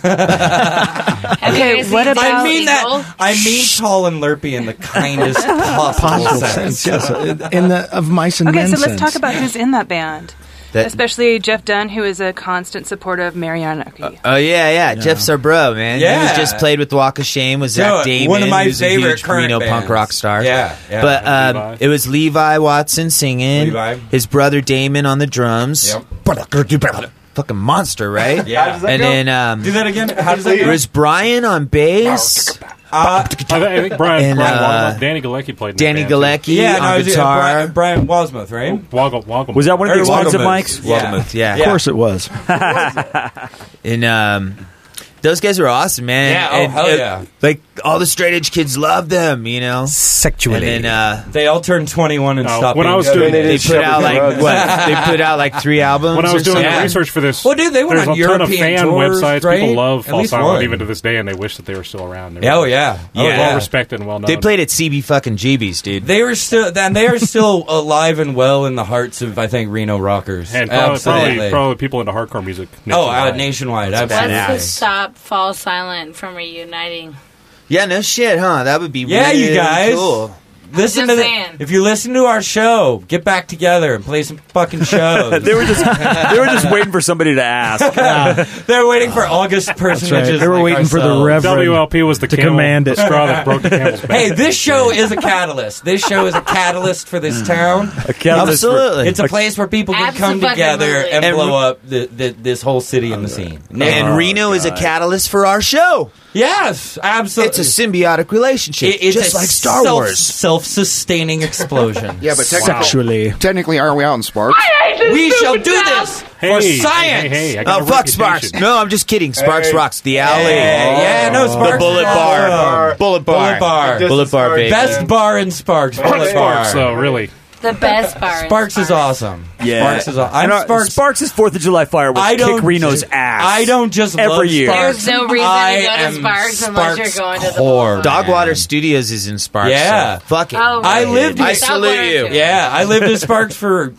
Q: Okay, what about
D: I mean that. I mean tall and lurpy in the kindest possible,
C: Possible
D: sense.
C: sense, yes. In the of mice and
L: Okay,
C: men
L: so let's
C: sense.
L: talk about who's in that band.
G: That-
L: Especially Jeff Dunn, who is a constant supporter of Marianne
D: Uh,
L: Oki.
G: Oh yeah, yeah, Jeff's our bro, man. He
D: Yeah.
G: was just played with Walk of Shame. Was
D: Dude,
G: Zach Damon,
D: one of my
G: who's
D: favorite
G: a huge
D: current
G: Reno
D: bands.
G: punk rock star.
D: Yeah, yeah.
G: but
D: And
G: um, it was Levi Watson singing.
D: Levi.
G: his brother Damon on the drums.
D: Yep.
G: Fucking monster, right?
D: Yeah. How does that
G: and
D: go?
G: then um,
D: Do that again. How does that
G: It
D: go?
G: was Brian on
D: Oh,
G: bass.
D: Uh,
F: I think Brian,
G: And,
F: Brian
G: uh,
F: Wozniak- Danny Galecki played. In
G: Danny
F: that band, too.
G: Galecki on
D: no, it was, uh,
G: guitar.
D: Brian, Brian Wasmuth, right?
F: Woggle, woggle.
H: Was that one of the
D: Or
H: expensive
D: Waldemouth.
H: mics?
G: Waldemouth, yeah.
C: Of course it was.
G: And um, those guys were awesome, man.
D: Yeah, oh,
G: and,
D: hell
G: and,
D: yeah.
G: Like all the straight edge kids love them, you know.
C: Sexually.
G: And then uh,
D: They all turned 21 and
G: No,
D: stopped.
G: when
D: being
G: I was
D: good.
G: doing it, They it put shut out, the like, drugs. what, they put out, like, three albums
F: When I was
G: or
F: doing
G: something?
F: the research for this,
D: Well, dude, they went
F: there's
D: on
F: a ton of
D: European
F: fan
D: tours,
F: websites.
D: right?
F: People love
D: At
F: False
D: least
F: Island
D: one.
F: even to this day, and they wish that they were still around. They
D: Oh,
F: were-
D: yeah.
F: they were
D: Yeah.
F: well respected and well known.
G: they played at CB fucking GB's, dude.
D: They were still, and they are still alive and well in the hearts of, I think, Reno rockers.
F: and probably,
D: Absolutely.
F: probably, probably people into hardcore music.
D: Oh, uh, nationwide,
F: That's
D: absolutely.
F: badass.
N: What's to stop Fall Silent from reuniting?
G: Yeah, no shit, huh? That would be
D: yeah,
G: really
D: you guys.
G: cool.
D: Listen
N: Just
D: to
N: saying.
D: the, if you listen to our show, get back together and play some fucking shows.
H: they were just they were just waiting for somebody to ask.
D: They're waiting for August personages.
C: They were
D: like
C: waiting for the
D: ourselves.
C: Reverend
F: WLP was the
C: to
F: camel-
C: command it.
F: the straw that broke the camel's back.
D: Hey, this show is a catalyst. This show is a catalyst for this town.
H: A catalyst for- Absolutely.
D: it's a place where people can come together
G: Absolutely.
D: and
G: And-
D: blow up the, the, this whole city and the scene.
G: and Reno is a catalyst for our show.
D: Yes,
G: It's
D: absolutely.
G: a symbiotic relationship,
D: It- it's
G: just
D: a
G: like Star
D: self-
G: Wars.
D: self-sustaining explosion.
R: Yeah, but technically,
C: sexually,
R: technically, are we out in Sparks?
D: we shall do this for
G: Hey, hey,
D: science.
G: hey, I got Oh, a fuck reputation. Sparks. No, I'm just kidding. Sparks rocks the alley. Oh.
D: Yeah, yeah, no Sparks.
G: The Bullet
D: is
G: Bar.
D: awesome.
G: Bullet Bar.
D: Bullet Bar.
G: Bullet Bar, baby.
D: Best bar in Sparks. Bullet Bar.
F: Sparks, though, really.
N: The best bar.
D: Sparks is awesome.
H: Yeah,
D: Sparks is awesome.
H: And
D: I'm
H: our-
D: Sparks.
H: Sparks is Fourth of July fireworks.
D: I don't
H: kick Reno's
D: ju-
H: ass.
D: I don't just
H: every
D: love
H: year.
D: Sparks.
N: There's no reason
D: I
N: to go
D: am
N: to Sparks unless
D: Sparks
N: you're going to the
D: core.
G: Dogwater Studios is in Sparks.
D: Yeah.
G: so fuck it.
N: Oh,
D: I
N: right.
D: lived.
G: I
D: in-
G: salute you.
D: Yeah, I lived in Sparks for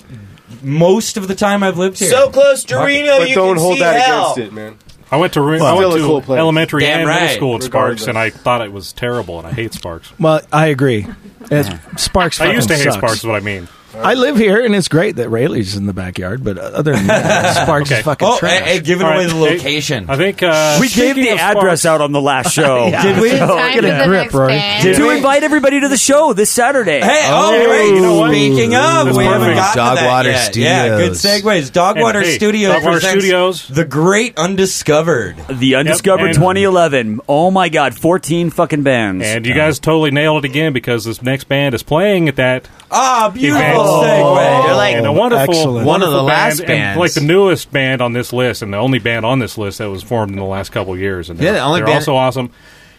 D: most of the time I've lived here.
G: So close to Reno,
K: but
G: you
K: don't
G: can
K: hold
G: see
K: that
G: hell.
K: against it, man.
F: I went to, re-
K: Well,
F: I went
K: still a
F: to
K: cool place.
F: elementary
D: Damn
F: and
D: right.
F: middle school at
K: Regardless.
F: Sparks, and I thought it was terrible, and I hate Sparks.
C: well, I agree. It's, Sparks.
F: I used to
C: fucking
F: hate
C: sucks.
F: Sparks, is what I mean.
C: I live here, and it's great that Rayleigh's in the backyard. But other than that, Sparks
F: Okay.
C: is fucking
D: Oh,
C: trash.
D: hey, hey, giving
F: All
D: away
F: right.
D: the location.
F: I think uh,
H: we gave
F: speaking
H: the
F: of
H: address
F: Sparks-
H: out on the last show.
F: Yeah.
H: Did we?
N: Time for
C: Get a
N: the
C: grip,
N: next
C: Rory.
N: band.
D: Did
H: to
D: we?
H: invite everybody to the show this Saturday.
D: Hey, oh,
F: Hey,
D: great.
F: you know what?
D: Speaking of,
F: That's
D: we haven't
F: perfect.
D: gotten to that
G: Dogwater
D: yet. Yeah, good
G: Studios.
D: segues. Dogwater
F: And, hey,
D: Studios
F: Dogwater
D: presents
F: Studios.
D: The Great Undiscovered.
H: The Undiscovered
F: and-
H: 2011. Oh my God, 14 fucking bands.
F: And you guys totally nailed it again because this next band is playing at that
D: Ah, beautiful
F: event.
D: segue.
G: They're like
F: and a wonderful,
C: excellent.
F: wonderful
G: One of the
F: band,
G: last
F: and,
G: bands.
F: like the newest band on this list, and the only band on this list that was formed in the last couple of years. And
G: Yeah,
F: they're,
G: the only
F: they're
G: band-
F: also awesome.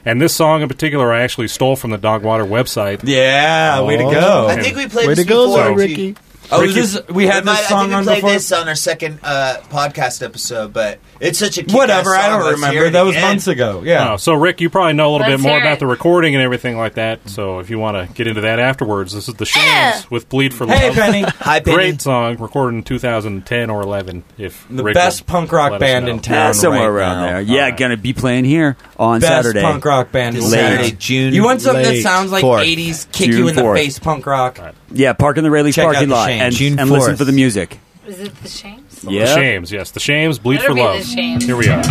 F: And this song in particular, I actually stole from the Dogwater website.
D: Yeah, way to
F: Oh.
D: go.
G: I think we played
C: Way
G: this
C: to go,
G: before.
C: there, Ricky.
G: Oh,
D: Ricky- this- we had
G: might-
D: this
G: I
D: song
G: think we
D: on
G: played
D: before?
G: this on our second uh, podcast episode, but it's such a kick-ass
D: Whatever, I
G: song,
D: don't
G: let's
D: remember.
G: hear it
D: That was
G: again.
D: months ago, yeah.
F: Oh, so Rick, you probably know a little
G: Let's
F: bit more
G: hear
F: about
G: it.
F: the recording and everything like that. So if you want to get into that afterwards, this is the Shams with "Bleed for Love."
D: Hey, Penny. Hi, Penny.
F: Great song, recorded in 2010 or 11. If
D: The
F: Rick
D: best
F: would
D: punk rock
F: let us
D: band
F: know.
D: in town.
H: Yeah, somewhere
D: right
H: around
D: now.
H: there. Yeah, gonna be playing here on
D: Best
H: Saturday.
D: punk rock band in
H: Late.
D: Saturday, June
G: You want something that late sounds like 4th. 80s, kick you
H: June
G: in the
H: 4th.
G: face punk rock?
H: Yeah, park in the Rayleigh's
G: Check out
H: parking
G: The
H: lot
G: Shames.
H: and,
G: June
H: and listen
G: 4th.
H: for the music.
N: Is it the Shames?
F: The Shames, yes, the Shames, "Bleed
N: Better
F: for
N: be The
F: Love."
N: Shames.
F: Here we are.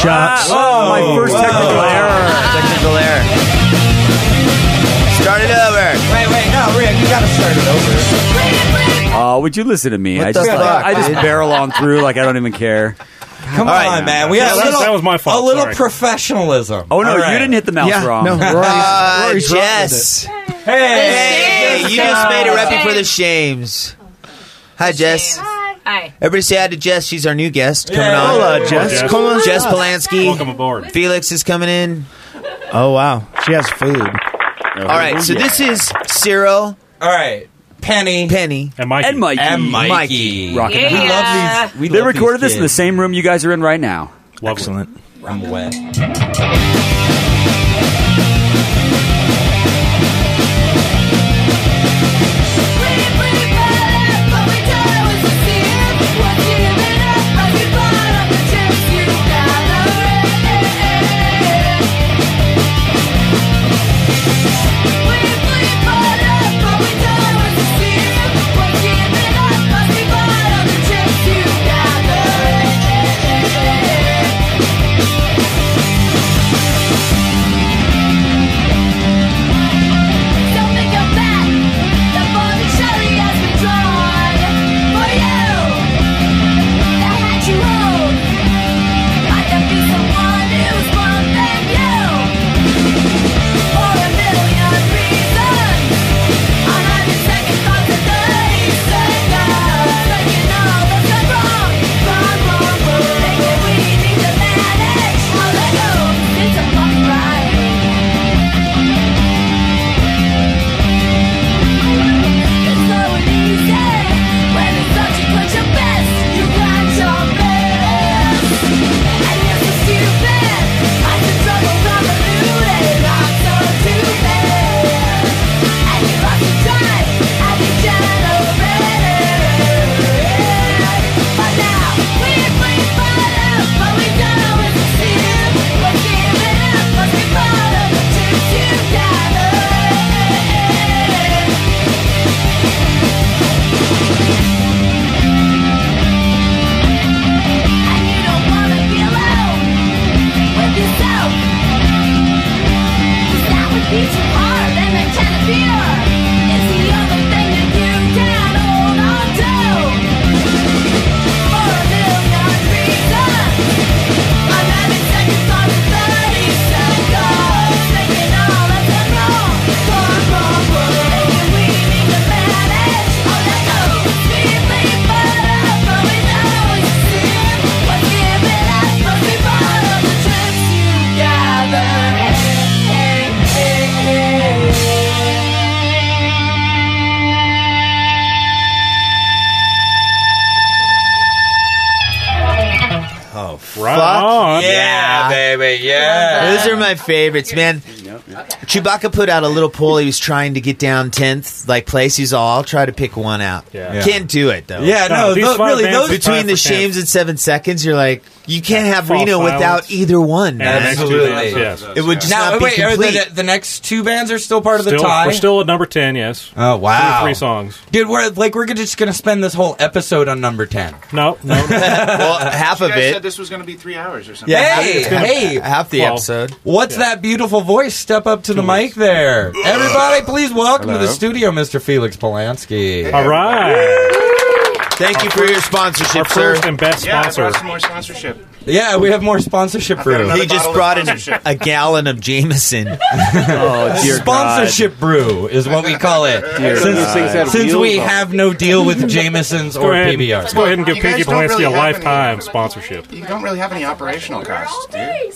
H: Shots.
D: Oh,
G: my
H: first technical error.
G: Technical error. Start it over. Wait, wait, no, Rick, you gotta start it over.
H: Oh, would you listen to me?
G: What
H: I
G: the
H: just
G: fuck,
H: I just
G: dude?
H: barrel on through like I don't even care.
D: Come
H: All right.
D: on, man. We
H: Yeah,
D: had a
H: that-
D: little,
H: that was my fault,
D: A little
H: sorry.
D: professionalism.
H: Oh no,
D: All right.
H: you didn't hit the mouse wrong.
G: Uh, Jess. Hey, you just made it right before the shames. Hi, Jess.
N: Hi.
G: Everybody say hi to Jess. She's our new guest coming
N: Yeah.
G: on.
N: Hola, Jess.
G: Jess,
N: Hola,
G: Jess
N: Jess.
G: Polanski.
F: Welcome aboard.
G: Felix is coming in.
C: Oh wow, she has food.
G: All right, so this is Cyril.
D: All right. Penny.
G: Penny.
F: And Mikey.
H: And Mikey.
G: And Mikey.
H: Rocking it.
G: Yeah.
D: We love these. We
H: they
D: love
H: recorded
D: these
H: this in the
D: kids.
H: same room you guys are in right now.
D: Excellent. I'm wet.
G: Oh,
F: right
G: fuck.
F: on.
G: Yeah,
D: Ah,
G: baby, yeah. Those are my favorites, man. Chewbacca put out a little poll. He was trying to get down 10th, like place. He's all, I'll try to pick one out.
D: Yeah.
G: Can't do it, though.
D: Yeah, no, No, these tho- five really, bands those- try
G: Between
D: for
G: the
D: 10th.
G: shames and seven seconds, you're like, you can't have
D: Fall
G: Reno
D: Silence.
G: without either one, man. It would just
D: now,
G: not be
D: wait, are
G: complete.
D: the, the next two bands are still part of the
F: Still-
D: tie.
F: we're still at number ten. Yes.
D: Oh wow,
F: Two or three songs.
D: dude. We're like we're just gonna spend this whole episode on number ten.
F: No, no.
G: well, half
S: you
G: of
S: guys
G: it.
S: said this was going to be three hours or something.
D: Yeah, hey, hey,
G: half the episode.
D: What's that beautiful voice? Step up to the mic there, everybody. Please welcome to the
G: Hello.
D: studio, Mr. Felix Polanski.
F: All right.
G: Thank you for your sponsorship,
F: Our
G: sir.
F: first and best
S: Yeah, I
F: sponsor.
S: brought some more sponsorship.
D: Yeah, we have more sponsorship
G: brew.
D: brew.
G: He just brought in a gallon of Jameson.
D: oh,
G: dear
D: sponsorship brew is what we call it.
G: Dear God. These things had
D: since since
G: wheels
D: we
G: on.
D: have no deal with Jamesons
F: Go
D: or
F: ahead,
D: PBR.
F: let's go ahead and give
S: You guys
F: Pinky
S: don't
F: Polanski
S: really
F: a
S: have any-
F: lifetime sponsorship.
S: You don't really have any operational costs,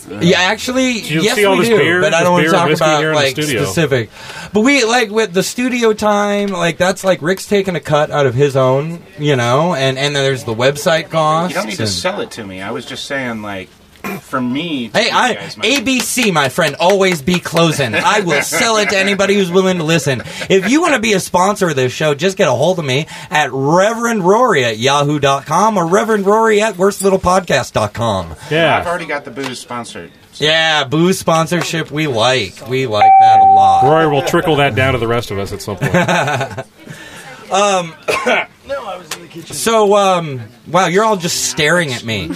S: dude.
D: Yeah, actually,
F: Do you
D: yes,
F: see all
D: we
F: this
D: do,
F: beer-
D: but I
F: this
D: don't want
F: beer
D: to
F: and
D: talk
F: whiskey
D: about
F: here in the
D: like
F: studio?
D: specific. But we like with the studio time, like that's like Rick's taking a cut out of his own, you know, and and then there's the website costs.
S: You don't need to
D: and-
S: sell it to me. I was just saying, like, for me,
D: Hey, I ABC, my friend, always be closing. I will sell it to anybody who's willing to listen. If you want to be a sponsor of this show, just get a hold of me at Reverend Rory at yahoo.com or Reverend Rory at worstlittlepodcast.com.
S: I've already got the booze sponsored.
D: Yeah, booze sponsorship we like. We like that a lot.
F: Roy will trickle that down to the rest of us at some point.
D: Um, So, um, wow, you're all just staring at me.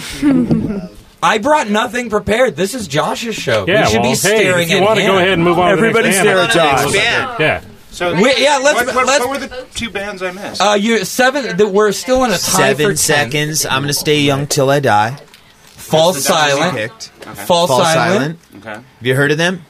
D: I brought nothing prepared. This is Josh's show.
F: Yeah,
D: we should
F: well, hey,
D: be
F: if
D: staring
F: you
D: at
F: wanna
D: him.
F: go ahead and move on to the Everybody next stare band. at Josh. Yeah.
S: So,
D: We- yeah, let's-
S: What, what,
D: let's-
S: what were the two bands I missed?
D: Uh, you're seven. That we're still in a tie for
G: Seven seconds. I'm gonna stay young till I die.
D: False silent. Okay. False silent.
S: Okay.
G: Have you heard of them?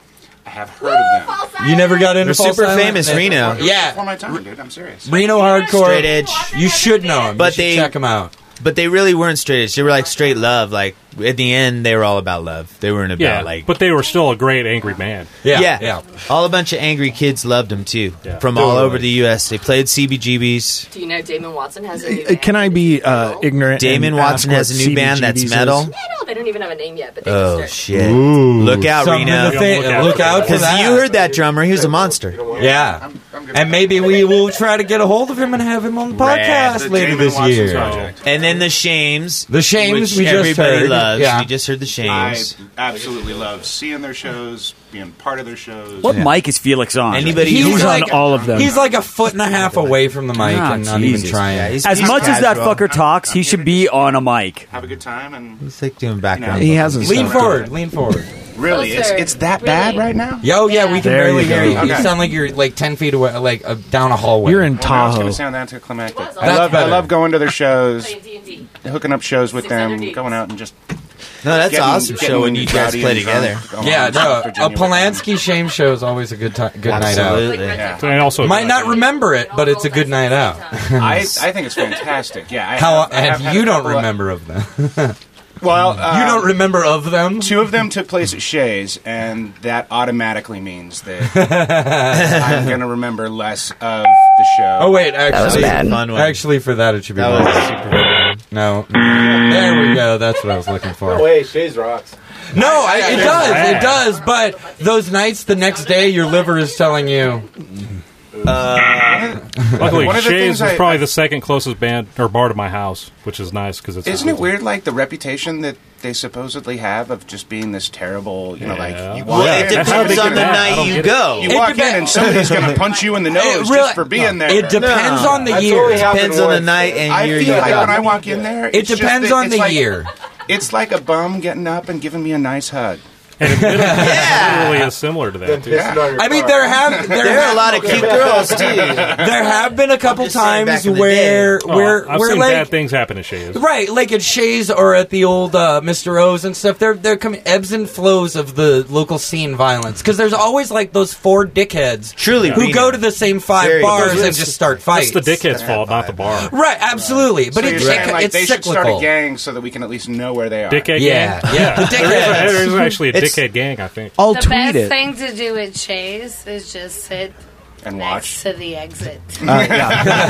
S: I have heard of them.
D: You never got into
G: They're
D: False
G: super
D: Silent?
G: famous,
D: They-
G: Reno.
D: Yeah,
S: Before my time, dude. I'm serious.
D: Reno hardcore,
G: straight edge.
D: You should know them.
G: But they check
D: them out.
G: But they really weren't straight edge. They were like straight love. Like at the end, they were all about love. They weren't about
F: Yeah,
G: like.
F: but they were still a great angry man.
G: All a bunch of angry kids loved them too, from all
F: Totally.
G: over the U.S. They played CBGBs.
T: Do you know Damon Watson has a new
C: Uh, Can I be uh, ignorant?
G: Damon
C: and
G: Watson
C: ask
G: has
C: what
G: a new band that's
C: CBGBs is?
G: metal.
T: No, they don't even have a name yet, but they
G: Oh
T: just
G: shit! look out,
D: Something
G: Reno!
D: to think- Look out look for out for
G: because
D: that.
G: you heard that drummer. He was a monster.
D: Yeah, and maybe we will try to get a hold of him and have him on the podcast later this year.
G: And then the Shames,
D: The Shames
G: which
D: we just
G: everybody
D: heard.
G: loves.
D: Yeah.
G: You just heard the Shames.
S: I absolutely love seeing their shows, being part of their shows.
H: What mic is Felix on?
G: Anybody
H: he's,
G: who- He's
H: on
G: like-
H: all of them.
D: He's like a foot and a half away from the mic
H: Ah,
D: and not
H: Jesus.
D: even trying.
H: as much as that fucker talks, he should be on a mic.
S: Have a good time and
G: It's like doing background.
H: He hasn't
D: Lean
H: stopped
D: forward.
H: doing
D: Lean forward.
S: Really, it's, it's that bad right now.
D: Yo, yeah, we can
H: There
D: barely
H: you
D: hear
H: go.
D: you. You
H: Okay.
D: sound like you're like ten feet away, like uh, down a hallway.
H: You're in
S: Well, now it's going to sound anticlimactic. I
D: That's
S: love, I
D: better.
S: love going to their shows, hooking up shows with them, going out and just.
G: No, that's
S: getting-
G: an awesome
S: getting
G: show when
S: rowdy
G: you guys
S: and
G: play
S: drunk,
G: together.
S: going
D: Yeah,
S: out to
D: no, a
S: Virginia with
D: Polanski shame show is always a good time, good
G: Absolutely.
D: night out.
F: And also,
D: might not remember it, but it's a good night out.
S: them. I, I think it's fantastic. Yeah, I
D: How
S: have, I have
D: and
S: had
D: you
S: a
D: don't
S: couple of-
D: remember of them?
S: Well, you
D: don't remember of them.
S: Two of them took place at Shays, and that automatically means that I'm going to remember less of the show.
D: oh wait, actually,
G: fun one.
D: actually for that it should be.
G: That was
D: Rory. No, there we go. That's what I was looking for.
K: No way, Shays rocks.
D: No, I, it
K: Yeah.
D: does. It does. But those nights, the next day, your liver is telling you.
F: Luckily,
S: One of the
F: Shays
S: things
F: was
S: I-
F: probably the second closest band or bar to my house, which is nice because it's.
S: Isn't it weird, like the reputation that they supposedly have of just being this terrible? You know, like you walk
G: Well,
S: in,
G: it depends
S: somebody's
G: on
S: gonna-
G: the night you go.
S: You walk in and somebody's going to punch you in the nose just for being there.
D: It depends on the year.
G: It depends on the night and
S: I
G: year
S: feel
G: you
S: like
G: go.
S: when I walk in there,
D: It
S: it's just
D: depends
S: that
D: on
S: it's
D: the
S: like-
D: year.
S: It's like a bum getting up and giving me a nice hug.
F: Literally is similar to that. Too.
D: I mean, there have there,
G: There are
D: have-
G: a lot of cute girls too.
D: There have been a couple times
F: in the
D: where
F: Oh,
D: where
F: I've
D: where
F: seen
D: like
F: bad things happen to Shays.
D: Right, like at Shays or at the old uh, Mr. O's and stuff. There, there come ebbs and flows of the local scene violence because there's always like those four dickheads
G: Truly
D: who
G: Reno.
D: go to the same five
G: Very
D: bars
G: good.
D: and just start fights.
F: It's the dickhead's fault, not the bar.
D: Right, absolutely, but
S: so
D: it,
S: you're
D: it,
S: saying, like,
D: it's
S: they should
D: cyclical.
S: start a gang so that we can at least know where they are.
F: Dickhead
D: Yeah,
F: gang.
D: yeah. The
F: There is- there is
D: dickheads.
F: actually a
D: It's-
F: dickhead gang. I think.
C: I'll
N: the
C: tweet
N: best
C: it.
N: thing to do at Chase is just sit
S: And
N: next to the exit.
C: Uh,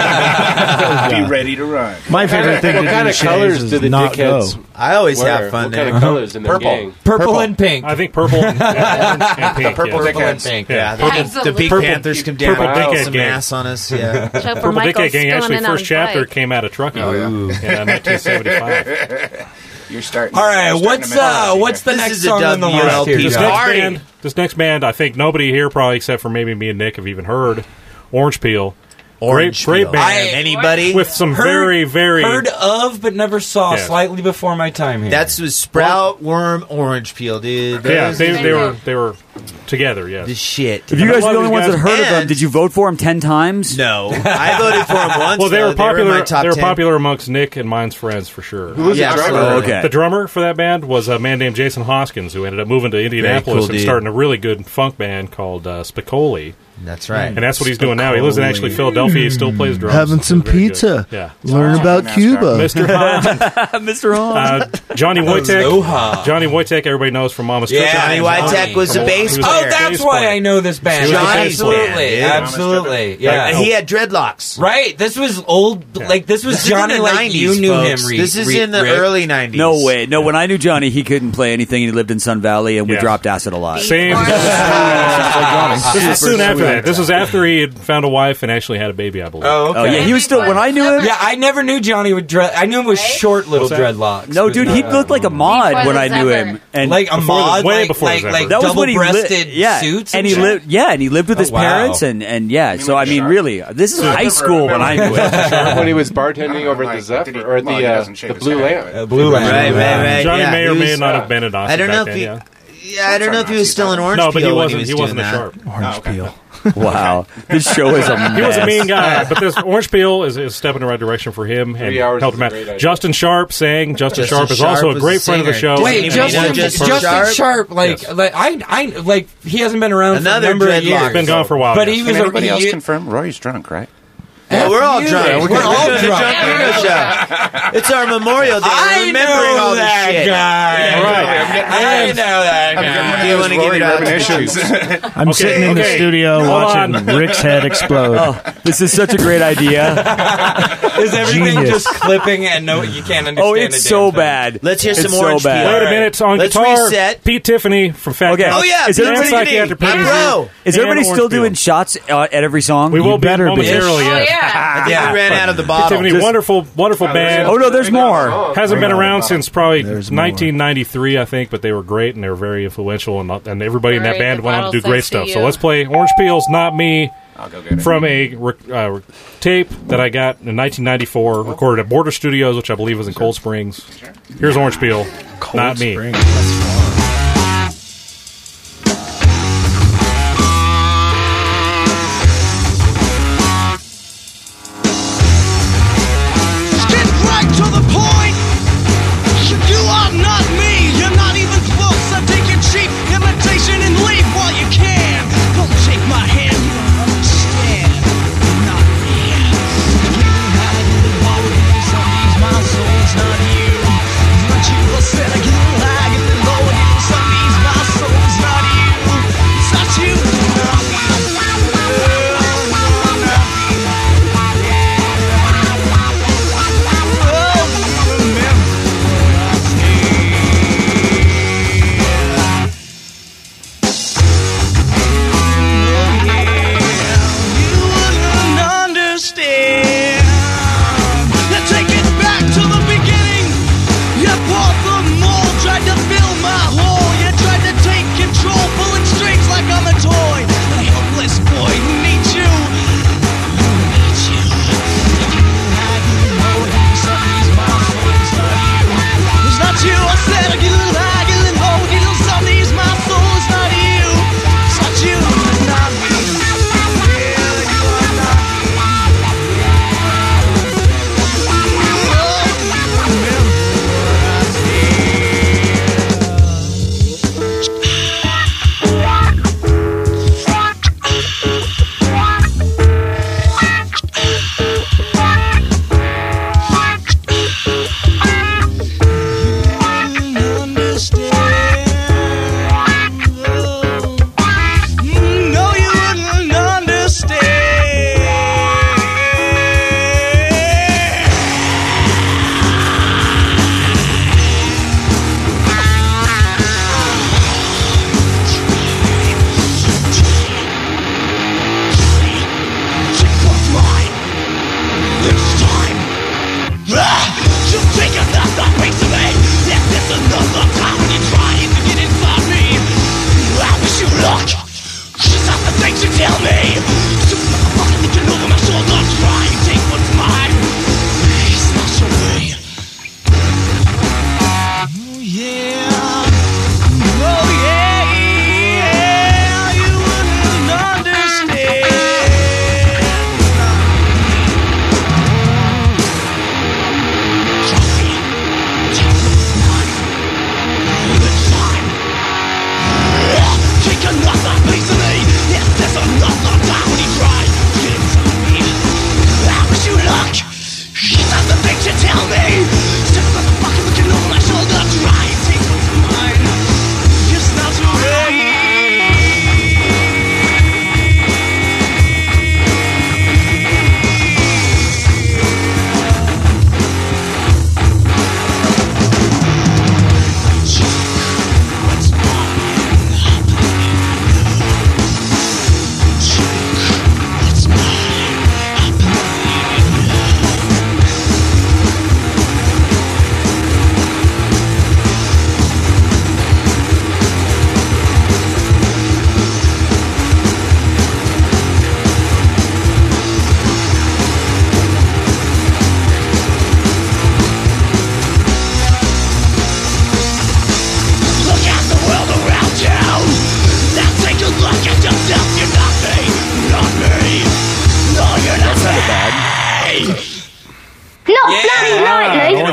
C: yeah.
S: Be ready to run.
C: My favorite thing to do to Shays is not go.
G: I always
C: Where?
G: have fun
C: What
G: there.
C: kind of colors in their
G: purple.
C: gang?
D: Purple, and pink.
F: I think purple and, and, and pink.
G: The purple
F: yeah.
G: dickheads. and pink. Yeah, the-
F: Purple-
G: the Pink
F: purple-
G: Panthers come down
F: Purple
G: and
F: dickhead
G: kick some
F: gang.
G: ass on us, yeah. So for
F: purple
G: Michael's
F: dickhead gang.
G: going
F: Actually,
G: in
F: first
G: on
F: chapter
G: bike.
F: came out of Truckee
G: Oh, yeah.
F: in 1975.
S: You're starting.
D: All right, what's uh, what's the
G: This
D: next
G: is a
D: song on the
G: WLP
D: list here?
F: This
D: Josh?
F: next band, this next band, I think nobody here probably, except for maybe me and Nick, have even heard Orange Peel.
G: Orange
F: great,
G: Peel.
F: great band.
G: I- Anybody?
F: with some
D: Heard-
F: very very
D: heard of but never saw.
F: Yeah.
D: Slightly before my time here.
G: That's with sprout worm orange peel, dude.
F: yeah
G: Those-
F: they, they were they were Together, yes.
G: The shit.
H: If you guys are the only ones that heard
G: and,
H: of him, did you vote for him ten times?
G: No, I voted for him once.
F: Well, they
G: though.
F: were popular.
G: uh, They were, in my top
F: they were
G: 10.
F: popular amongst Nick and mine's friends for sure.
G: Who was the Yeah, drummer? absolutely.
F: The drummer for that band was a man named Jason Hoskins, who ended up moving to Indianapolis
G: cool
F: and
G: dude.
F: starting a really good funk band called uh, Spicoli.
G: That's right.
F: and that's what he's doing now. He lives in actually
G: Spicoli.
F: Philadelphia. He still plays drums.
C: Having some
F: Very good.
C: pizza.
F: Yeah.
C: Learn about Cuba.
F: Mr. Hahn.
H: Mr.
F: Uh, Johnny
D: Aloha.
F: Wojtek. Johnny Wojtek, everybody knows from Mama's
D: Yeah,
F: Cooking.
D: Johnny Wojtek
G: was the
F: Come on.
G: bass
F: He was
D: Oh,
F: the
D: that's
F: bass
D: why
F: player.
D: I know this band.
F: He was the bass player.
D: absolutely,
F: Yeah.
D: absolutely, yeah.
G: Like, he had dreadlocks.
D: Right. This was old. Like this was
G: This is in
D: Johnny.
G: the
D: Like
G: 90s,
D: you knew
G: folks.
D: him. Re-
G: This is
D: re-
G: in the
D: Rick.
G: early '90s.
H: No way. No, when I knew Johnny, he couldn't play anything. He lived in Sun Valley, and we
F: Yeah.
H: dropped acid a lot.
F: Same. this
H: Super
F: is soon after
H: sweet.
F: that. This was after he had found a wife and actually had a baby, I believe.
D: Oh, okay.
H: Oh, yeah, he was still. When I knew him,
D: Yeah, I never knew Johnny with dread. I knew him with short little
H: What's that?
D: dreadlocks.
H: No, dude, he looked like a mod
D: Before
H: when
D: the
H: I knew
D: Zephyr.
H: him, and
D: Like a Before the- mod, way like- before the like- Zephyr. like
H: That was when he li-
D: double-breasted
H: yeah,
D: suits
H: and
D: and
H: he
D: shit?
H: lived, yeah, and he lived with
D: Oh,
H: his
D: wow.
H: parents, and and yeah. So I mean, really, this is
K: I
H: high
K: never
H: school when I knew him.
K: when he was bartending over at the Zephyr or at the, uh, the Blue Lamp.
D: Blue
F: Right,
G: Right, right, right.
F: Johnny
G: yeah.
F: may or
G: He
F: may
G: was-
F: not have been at Austin
G: I don't
F: back
G: know if
F: then,
G: he.
F: yeah.
G: yeah, I don't know if he was still in Orange
F: No, but he
G: Peel when
F: wasn't. He
G: doing
F: wasn't a
G: that. Oh,
F: sharp.
C: Orange Peel.
H: Wow, this show is a mess.
F: He was a mean guy, but this Orange Peel is, is stepping in the right direction for him and
K: Three hours
F: helped
K: is
F: him
K: a
F: out.
K: great idea.
F: Justin Sharp sang. Justin,
G: Justin
F: Sharp is
G: Sharp
F: also a
G: was
F: great
G: a
F: friend of the
G: singer.
F: show.
G: Wait,
F: Even
G: Justin-
F: more
G: Justin
F: person.
D: Justin Sharp, like,
F: Yes.
D: like I, I, like he hasn't been around
G: Another
D: for a number of
G: dreadlock.
D: years.
F: Been gone for a while,
D: But
F: yes.
D: he
K: Can
D: was a
K: anybody else
D: he-
K: confirm? Roy's drunk, right?
G: Yeah, we're all
D: you.
G: drunk.
D: Yeah, we're
G: we're
D: good.
G: all
D: We're
G: drunk. We're a show. It's our Memorial Day.
D: I
G: We're remembering
D: know
G: all this
D: that
G: shit.
D: guy.
G: Yeah,
D: I know that guy.
G: Do you want to give it out?
C: I'm
F: Okay,
C: sitting in the
F: okay.
C: studio
F: Hold
C: watching
F: on.
C: Rick's head explode.
H: Oh, this is such a great idea.
D: Is everything
C: Genius.
D: just clipping and no, you can't understand?
H: Oh,
D: a
H: it's
D: damn
H: so
D: thing.
H: bad.
G: Let's hear
H: It's
G: some
H: so
G: Orange
H: bad.
G: Peel.
F: Wait a minute. On
G: Let's
F: guitar,
G: reset.
F: Pete Tiffany from Fat
H: Okay.
F: Cat.
G: Oh, yeah,
H: Is
G: Pete
H: everybody-
G: Tiffany.
F: Psychiatric
G: My
F: Pain
G: bro.
H: Is
F: And
H: everybody still
F: Orange Peel.
H: doing shots uh, at every song?
F: We will be
C: better be.
F: momentarily.
T: Oh,
F: yes.
T: yeah.
G: I ran out of the
F: Pete
G: bottle.
F: Tiffany, wonderful, wonderful band.
H: Oh no, there's more.
F: Hasn't been around since probably
C: There's more.
F: 1993, I think, but they were great and they were very influential, and and everybody in that
N: Sorry,
F: band
N: the
F: went on to do
N: bottle
F: great
N: says to
F: stuff. So
N: you.
F: let's play Orange Peel's "Not Me"
K: I'll go get it.
F: from a re- uh, re- tape that I got in 1994, recorded at Border Studios, which I believe was in Cold Springs. Here's Orange Peel, "Not Me."
E: Get right to the point. You, you are not me. You're not even close. So take your cheap imitation and leave while you can. Don't shake my hand. You don't understand. Not me. Leaving high in the water. Some my soul's not you. What you said, I get high, get low, and get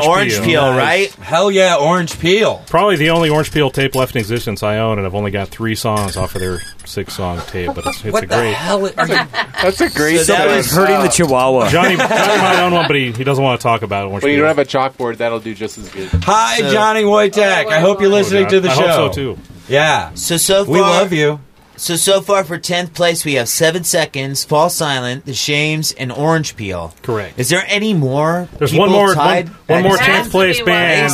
G: Oh, orange peel, Nice. right?
F: Hell yeah, orange peel. Probably the only orange peel tape left in existence I own, and I've only got three songs off of their six song tape. But it's, it's
D: What
F: a
D: the
F: great.
D: hell are you?
K: That's a great.
F: So that
K: setup.
F: was hurting the
H: Chihuahua.
F: Johnny, Johnny might own one, but he, he doesn't want to talk about it. Orange
K: When you
F: peel.
K: don't have a chalkboard, that'll do just as good.
D: Hi, Johnny Wojtek. I hope
F: Oh,
D: you're listening to the show. Yeah.
G: So so far,
D: We love you.
G: So so far for tenth place, we have seven seconds, fall silent, the shames, and orange peel.
F: Correct.
G: Is there any more?
F: There's
G: people
F: one more one,
G: tied?
F: one more
G: Excellent.
F: tenth place band.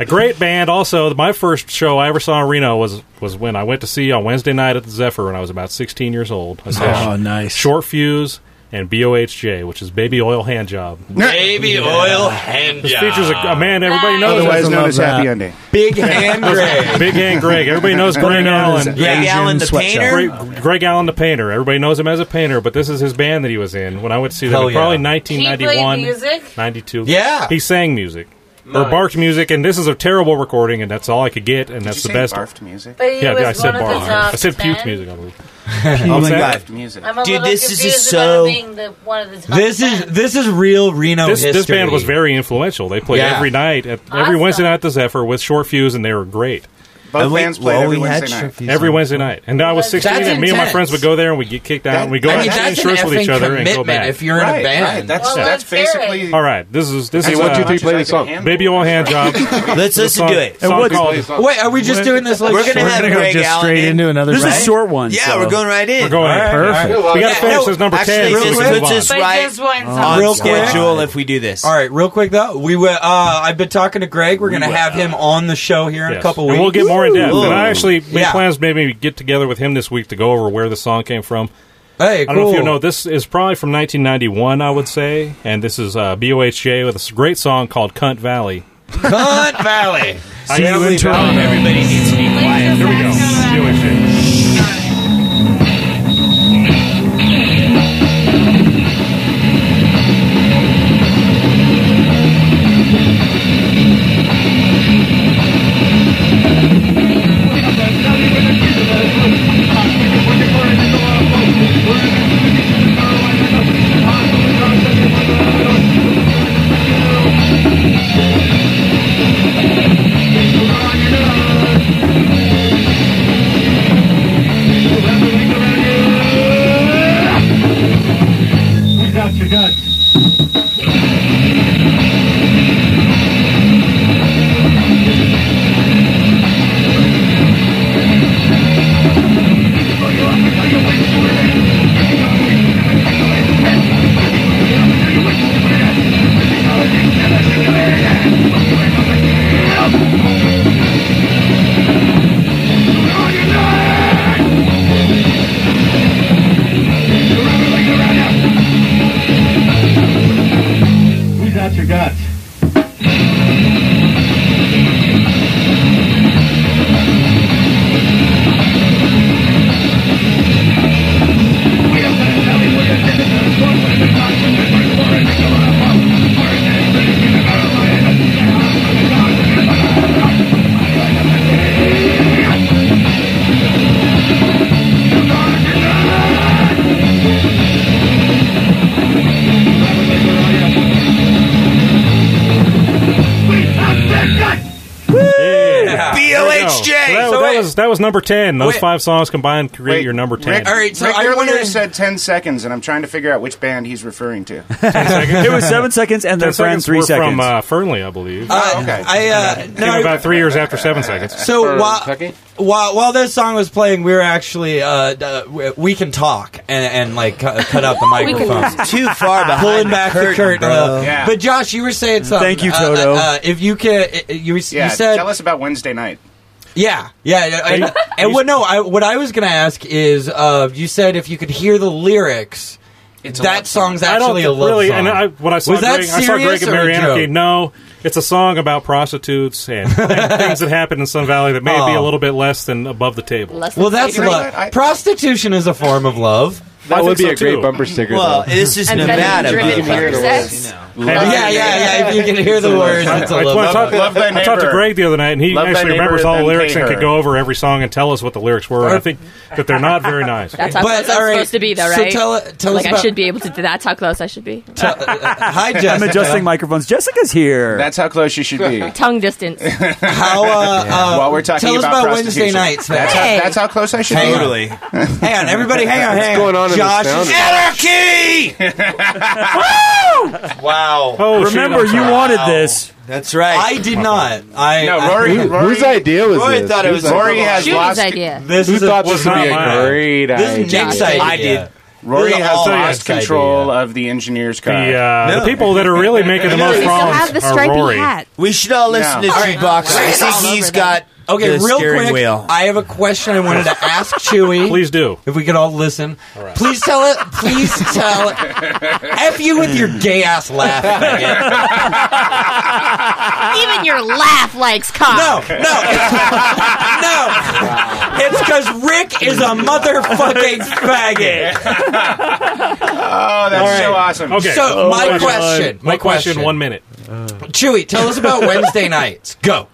F: A great band. Also, my first show I ever saw in Reno was was when I went to see on Wednesday night at the Zephyr when I was about 16 years old. I saw
C: Oh, nice.
F: Short Fuse and BOHJ, which is Baby Oil Hand Job.
D: Baby oil hand
F: This
D: job.
F: features a, a man everybody knows,
K: Otherwise known as Happy Ending.
D: Big Hand Greg.
F: Big Hand Greg. Everybody knows
D: Better
F: Greg
D: known as
F: Allen.
D: Greg Asian Allen the sweatshop. painter?
F: Greg, Greg Allen the painter. Everybody knows him as a painter, but this is his band that he was in when I went to see them.
D: Hell
F: in Probably
D: yeah.
T: He played
F: 1991.
T: music?
F: 92.
D: Yeah.
F: He sang music. Or
T: Nice.
F: barked music, and this is a terrible recording, and that's all I could get, and that's
K: you
F: the
K: say
F: best.
K: barfed music?
T: But he
F: yeah,
T: was
F: I said
T: one of the
F: barfed.
T: top
F: I said puked
T: 10?
F: music, I believe.
G: Oh
F: What's
G: my
F: that?
G: god,
T: I'm a
G: dude,
T: little
G: this is
T: confused
G: just
T: about
G: so.
T: it being the, one of the top
D: This is this is real Reno
F: This,
D: history.
F: this band was very influential. They played
D: Yeah.
F: every night, at, every
T: Awesome.
F: Wednesday night at the Zephyr with Short Fuse, and they were great.
K: Both bands played every Wednesday night.
F: Every Wednesday night, and I was sixteen,
K: That's
F: and me and my
K: intense.
F: friends would go there, and we would get kicked out, and we go
K: I
F: out
K: mean,
F: and
K: that's
F: change
K: an
F: shirts with each
K: effing
F: other and go
K: commitment
F: back.
K: if you're in a Right, band. right. That's- Well, that's let's hear basically- it.
F: all right. This is this
K: Hey,
F: is
K: one,
F: uh,
K: two, three, play the song.
F: Baby oil hand job.
G: Let's
F: The
G: listen
F: song-
G: to it.
F: song called-
D: Wait, are we just doing this? Like
G: We're gonna
D: short-
G: have Greg Allen in.
D: This is short one.
G: Yeah, we're going right in.
F: We're going in. Perfect. We got to finish this number
G: Actually,
F: 10. so we can
G: this
F: move
G: puts
F: on.
G: us right on
D: Real quick.
G: schedule if we do this.
D: All right, real quick though, we were. Uh, I've been talking to Greg. We're going to
F: will.
D: have him on the show here in a
F: Yes.
D: couple weeks.
F: And we'll get more in depth.
D: Ooh.
F: And I actually made
D: Yeah.
F: plans maybe get together with him this week to go over where the song came from.
D: Hey,
F: I don't know if you
D: cool.
F: know, this is probably from 1991, I would say. And this is uh, BOHJ with a great song called Cunt Valley.
D: Cunt Valley.
F: I can't believe it.
D: Everybody needs to be quiet. Here we go.
A: Without your guts. Who's out your guts?
F: Yeah.
A: BOHJ.
F: There we
A: So
F: go. So that, that
A: wait-
F: was, that was number 10. Those
K: Wait.
F: five songs combined create
K: Wait,
F: your number
K: Rick,
F: 10.
K: Rick
H: I
K: earlier
H: wanna-
K: said 10 seconds, and I'm trying to figure out which band he's referring to.
H: it was seven seconds, and their
F: 10
H: friend
F: seconds
H: three
F: were
H: seconds.
F: from uh, Fernley, I believe.
G: Oh,
D: Uh, I uh,
F: Came
D: no,
F: about three years after Seven Seconds.
D: So while, while while this song was playing, we were actually uh, d- uh, we- we can talk and, and like cu- cut out the
G: We can
D: microphone.
G: talk. Too far behind
D: pulling
G: the
D: back the
G: curtain,
D: curtain. a little.
G: bro. Yeah.
D: But Josh, you were saying something.
H: Thank you,
D: Uh,
H: Toto.
D: Uh, uh, if you can, uh, you, you
K: yeah,
D: said
K: tell us about Wednesday night.
D: yeah, yeah. yeah,
K: Hey,
D: And, and what? No, I, what I was going to ask is, uh, you said if you could hear the lyrics,
K: It's
F: a
D: that
F: love song.
D: song's
F: I don't
D: actually a love
F: really,
D: song.
F: And I, when I saw
D: was that
F: Greg, I saw Greg
D: serious
F: and
D: or a
F: Mary Anarchy.
D: joke?
F: No, it's a song about prostitutes and, and things that happen in Sun Valley that may be
D: Oh.
F: a little bit less than above the table.
D: Well, that's love. Prostitution is a form of love.
F: That I would think be so, a great too.
K: bumper sticker,
G: Well, this is Nevada.
K: driven
G: motherfuckers.
K: for sex.
G: You know.
D: yeah, yeah, yeah. If you can hear the words, it's a
F: I,
D: little.
F: I talked, I talked to Greg the other night, and he
D: Love thy
F: actually
D: neighbor,
F: remembers all the
D: then
F: lyrics
D: hate
F: and
D: her.
F: could go over every song and tell us what the lyrics were. And I think that they're not very nice.
M: That's how close I'm supposed to be, though,
D: so
M: right?
D: tell- tell
M: like
D: us
M: I
D: about-
M: should be able to. That's how close I should be.
D: Hi,
H: I'm
D: Jessica.
H: adjusting microphones. Jessica's here.
S: That's how close you should be.
M: Tongue distance.
D: How? Uh, uh,
S: While we're talking
D: tell us
S: about
D: about Wednesday
S: prostitution.
D: nights.
S: That's how-
D: man.
S: that's how close I should be.
D: Totally. Hang on, everybody. Hang on.
S: What's
D: Hang
S: going on in this
D: Josh
S: sound?
D: anarchy. wow.
H: Oh, Remember, shit, I'm you sorry. wanted this.
D: That's right. I did not. I
S: No, Rory-
D: I,
S: Who- Rory- whose idea was
D: Rory
S: this?
D: Thought it
S: Whose
D: was
S: idea? Rory has
M: Shooty's
S: lost-
M: idea.
D: This
S: Who
D: is a-
S: thought
D: was
S: this would
D: not
S: be
D: mine.
S: a great
D: This is
S: idea?
D: Jack's idea. I did.
S: Rory
D: This is
S: has
D: all
S: lost
D: Jack's idea.
S: control of the engineer's car.
F: The, uh, the people that are really making the most problems are Rory.
G: We should all listen
F: No.
G: to
F: All
D: right.
G: Jukebox. I think he's got
D: Okay,
G: the
D: real
G: steering
D: quick,
G: wheel.
D: I have a question I wanted to ask Chewy.
F: Please do.
D: If we could all listen. Please tell it. Please tell it. F you with your gay ass laugh. Megan.
M: Even your laugh likes
D: No,
M: cock.
D: no, it's- no. It's because Rick is a motherfucking faggot.
S: Oh, that's
D: All right.
S: so awesome.
D: Okay. So, Oh my my question- God. my
F: My question,
D: question.
F: one minute.
D: Chewy, tell us about Wednesday nights. Go.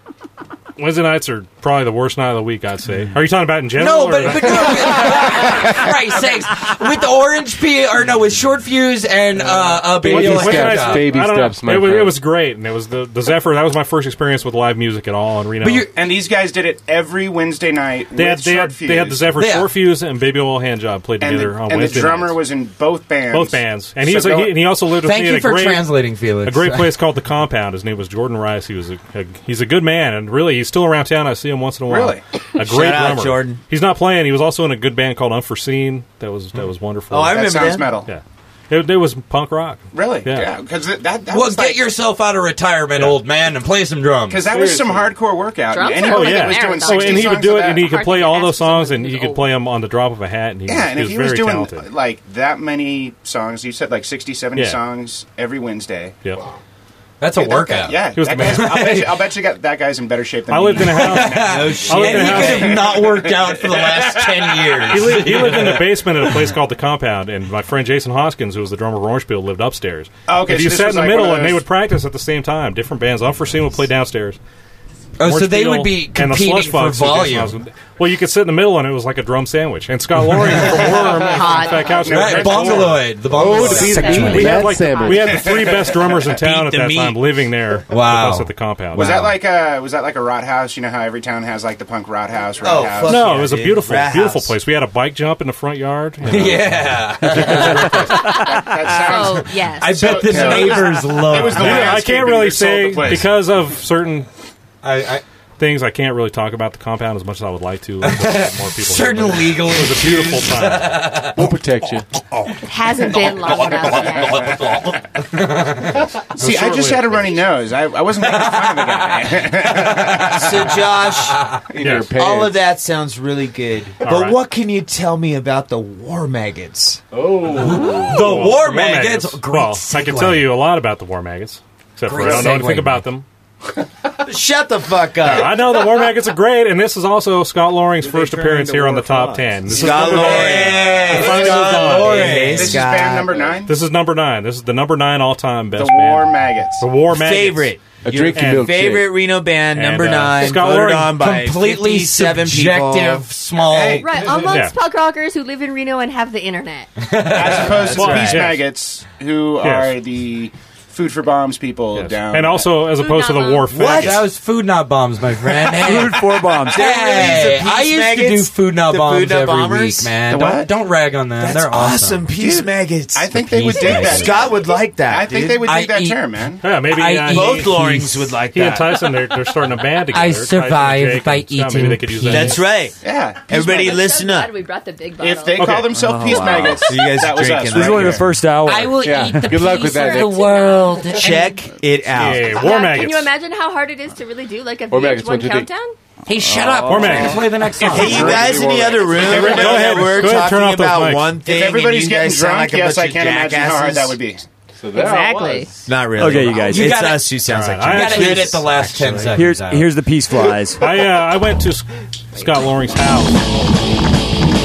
F: Wednesday nights are probably the worst night of the week, I'd say. Are you talking about in general?
D: No, but, but no. but- Christ's sakes. With the orange pea, or no, with short fuse and uh, uh, baby Electric Job.
F: I don't know. it, was, it was great, and it was the, the Zephyr. That was my first experience with live music at all in Reno.
S: and these guys did it every Wednesday night.
F: they, had,
S: with
F: they, had,
S: short
F: they had the
S: fuse.
F: Zephyr short fuse and Baby Oil hand job played
S: And
F: together
S: the,
F: on
S: and the
F: Wednesday
S: drummer
F: nights.
S: was in both bands.
F: both bands, and he
S: So
F: was a,
S: go-
F: he, and he also lived with me at a great,
D: Felix.
F: A great place called the Compound. His name was Jordan Rice. He was a, a he's a good man, and really he's still around town. I see him once in a while.
D: Really?
F: a great
D: Shout out,
F: drummer.
D: Jordan.
F: He's not playing. He was also in a good band called Unforeseen. That was that was wonderful.
D: Oh, I That remember sounds that. metal.
F: Yeah, it, it was punk rock.
S: Really?
F: Yeah.
S: Because that, that
D: well,
S: was
D: get
S: like,
D: yourself out of retirement, old man, and play some drums.
S: because that was some hardcore workout.
D: Drums
S: and
D: are
S: anybody
D: like
S: that
D: a
S: was doing
D: marathon.
F: Oh,
S: 60
F: and he
S: songs
F: would do
S: of
F: it,
S: that.
F: and he could play all those songs, and you could play them on the drop of a hat, and he,
S: Yeah,
F: was,
S: and
F: he
S: if
F: was
S: he
F: very
S: was doing
F: talented.
S: like that many songs, you said like 60, 70
F: Yeah.
S: songs every Wednesday.
F: Yep.
D: That's
S: Dude, that guy- yeah,
F: he was
S: that
F: the
S: guy's,
F: man.
S: I'll, bet you, I'll bet you got that guy's in better shape than
F: I
S: me.
F: lived in a house. I lived in a house-
D: not worked out for the last ten years.
F: he, lived, he lived in the basement at a place called the Compound, and my friend Jason Hoskins, who was the drummer of Orangeville, lived upstairs.
D: Oh, okay,
F: if
D: so
F: you
D: this
F: sat
D: was
F: in the
D: like
F: middle,
D: one of
F: and they
D: those-
F: would practice at the same time. Different bands, unforeseen, would play downstairs.
D: Oh, so they
F: Orangeville
D: would be
F: and the
D: competing
F: Slush
D: for
F: Bugs with Jason
D: volume.
F: Hoskins. Well, you could sit in the middle, and it was like a drum sandwich. And Scott Laurie from Worm and
D: Hot.
F: Fat Couch, they were
D: Right,
F: next door.
D: Bongoloid, the
F: Oh,
D: Bongoloid.
F: to be the
D: Section.
F: meat. we
D: That
F: had like the,
D: sandwich.
F: we had the three best drummers in town at
D: Beat the
F: that
D: meat.
F: time, living there
D: Wow.
F: with us at the Compound.
S: Was that like a was that like a rot house? You know how every town has like the punk rot house, rat house.
F: no, it was a beautiful, beautiful place. We had a bike jump in the front yard. you know.
M: Oh yes.
D: I bet the neighbors love
F: It was the
D: that.
F: I can't really say because of certain things. I can't really talk about the compound as much as I would like to. More people here,
D: Certain
F: but
D: legal
F: It was a beautiful time. We'll protect you.
M: It hasn't been long enough.
S: See, I just had a runny nose. I, I wasn't making fun of the guy.
G: so, Josh,
S: In your pants.
G: all of that sounds really good. but
S: right.
G: what can you tell me about the war maggots?
F: Oh,
G: The war maggots. Great
F: Well, I can
G: segue.
F: tell you a lot about the war maggots, except for
G: Great
F: I don't know anything
G: segue.
F: about them.
G: Shut the fuck up.
F: I know the war maggots are great, and this is also Scott Loring's first appearance here on the top ten. This is
G: Scott
F: number nine.
G: Loring.
F: The final
G: Scott
F: song.
G: Loring. Hey, This is Scott. band
S: number nine?
F: This is number nine. This is the number nine all-time best
S: The
F: band.
S: War Maggots.
F: The War Maggots.
G: Favorite.
F: Your-
G: Your
F: and-
G: favorite Reno band,
F: And,
G: number
F: uh,
G: nine.
F: Scott
G: voted
F: Loring,
G: on by
F: completely
G: 57 people.
F: subjective,
D: small-
M: Right, amongst punk rockers who live in Reno and have the internet.
S: As opposed to
F: Well,
S: peace
F: yes.
S: maggots, who
F: Yes.
S: are the food for bombs people down.
F: And also, as opposed to the war
D: What?
F: faggots.
D: That was food not bombs, my friend.
H: Food for bombs.
D: Hey, I used to do food not
G: the
D: bombs
G: food not
D: every
G: bombers?
D: week, man.
G: The
D: Don't,
G: what?
D: don't rag on them.
G: That's
D: They're awesome.
G: awesome. Peace maggots. I
S: think
D: they would Peace dig that. maggots.
G: Scott would like that.
S: I think
G: dude.
S: they would
D: I
S: dig that
D: eat-
S: term, man.
F: Yeah, maybe
G: I
F: uh,
G: eat Both
F: he-
G: Lorings
F: he's-
G: would like
F: he
G: that.
F: and Tyson, they're, they're starting a band together.
G: I
F: Tyson and
G: survived
F: Jake
G: by
F: and Scott, maybe
G: eating
F: they could use that
G: That's
F: name.
G: right.
S: Yeah.
G: Everybody
M: I'm so
G: listen
M: glad
G: up.
M: We brought the big bottle.
S: If they call themselves peace
G: wow.
S: maggots,
G: So you guys
S: that was us.
G: drinking This is right only the here.
H: first hour.
M: I will
G: Yeah.
M: eat the
G: Good luck with
M: peace
G: that,
M: of
G: Nick.
M: the world.
G: Check it out.
F: Yeah, war
M: Can
F: maggots.
M: you imagine how hard it is to really do like a
F: War maggots,
M: VH1
F: one, two, three.
M: countdown?
D: Hey, shut up.
F: War maggots.
D: Play the next song.
G: Hey, you guys in the other room,
F: Hey, Rick,
G: know
F: go ahead.
G: that we're
F: Go ahead, turn
G: talking
F: off those
G: about
F: mics.
G: one
F: If
G: thing.
S: If
G: and
S: everybody's
G: you
S: getting
G: guys sound
S: drunk,
G: like a
S: yes, I
G: bunch of
S: can't imagine how hard
G: jackasses.
S: that would be.
M: Exactly.
G: Not really.
H: Okay, you guys. You
G: It's
H: gotta-
G: us who sounds
F: All right,
G: like
F: I
G: jackasses.
F: actually-
D: Hit it the last ten
F: Actually.
D: seconds.
H: Here's
D: out.
H: here's the peace flies.
F: I uh, I went to S- Scott Loring's house.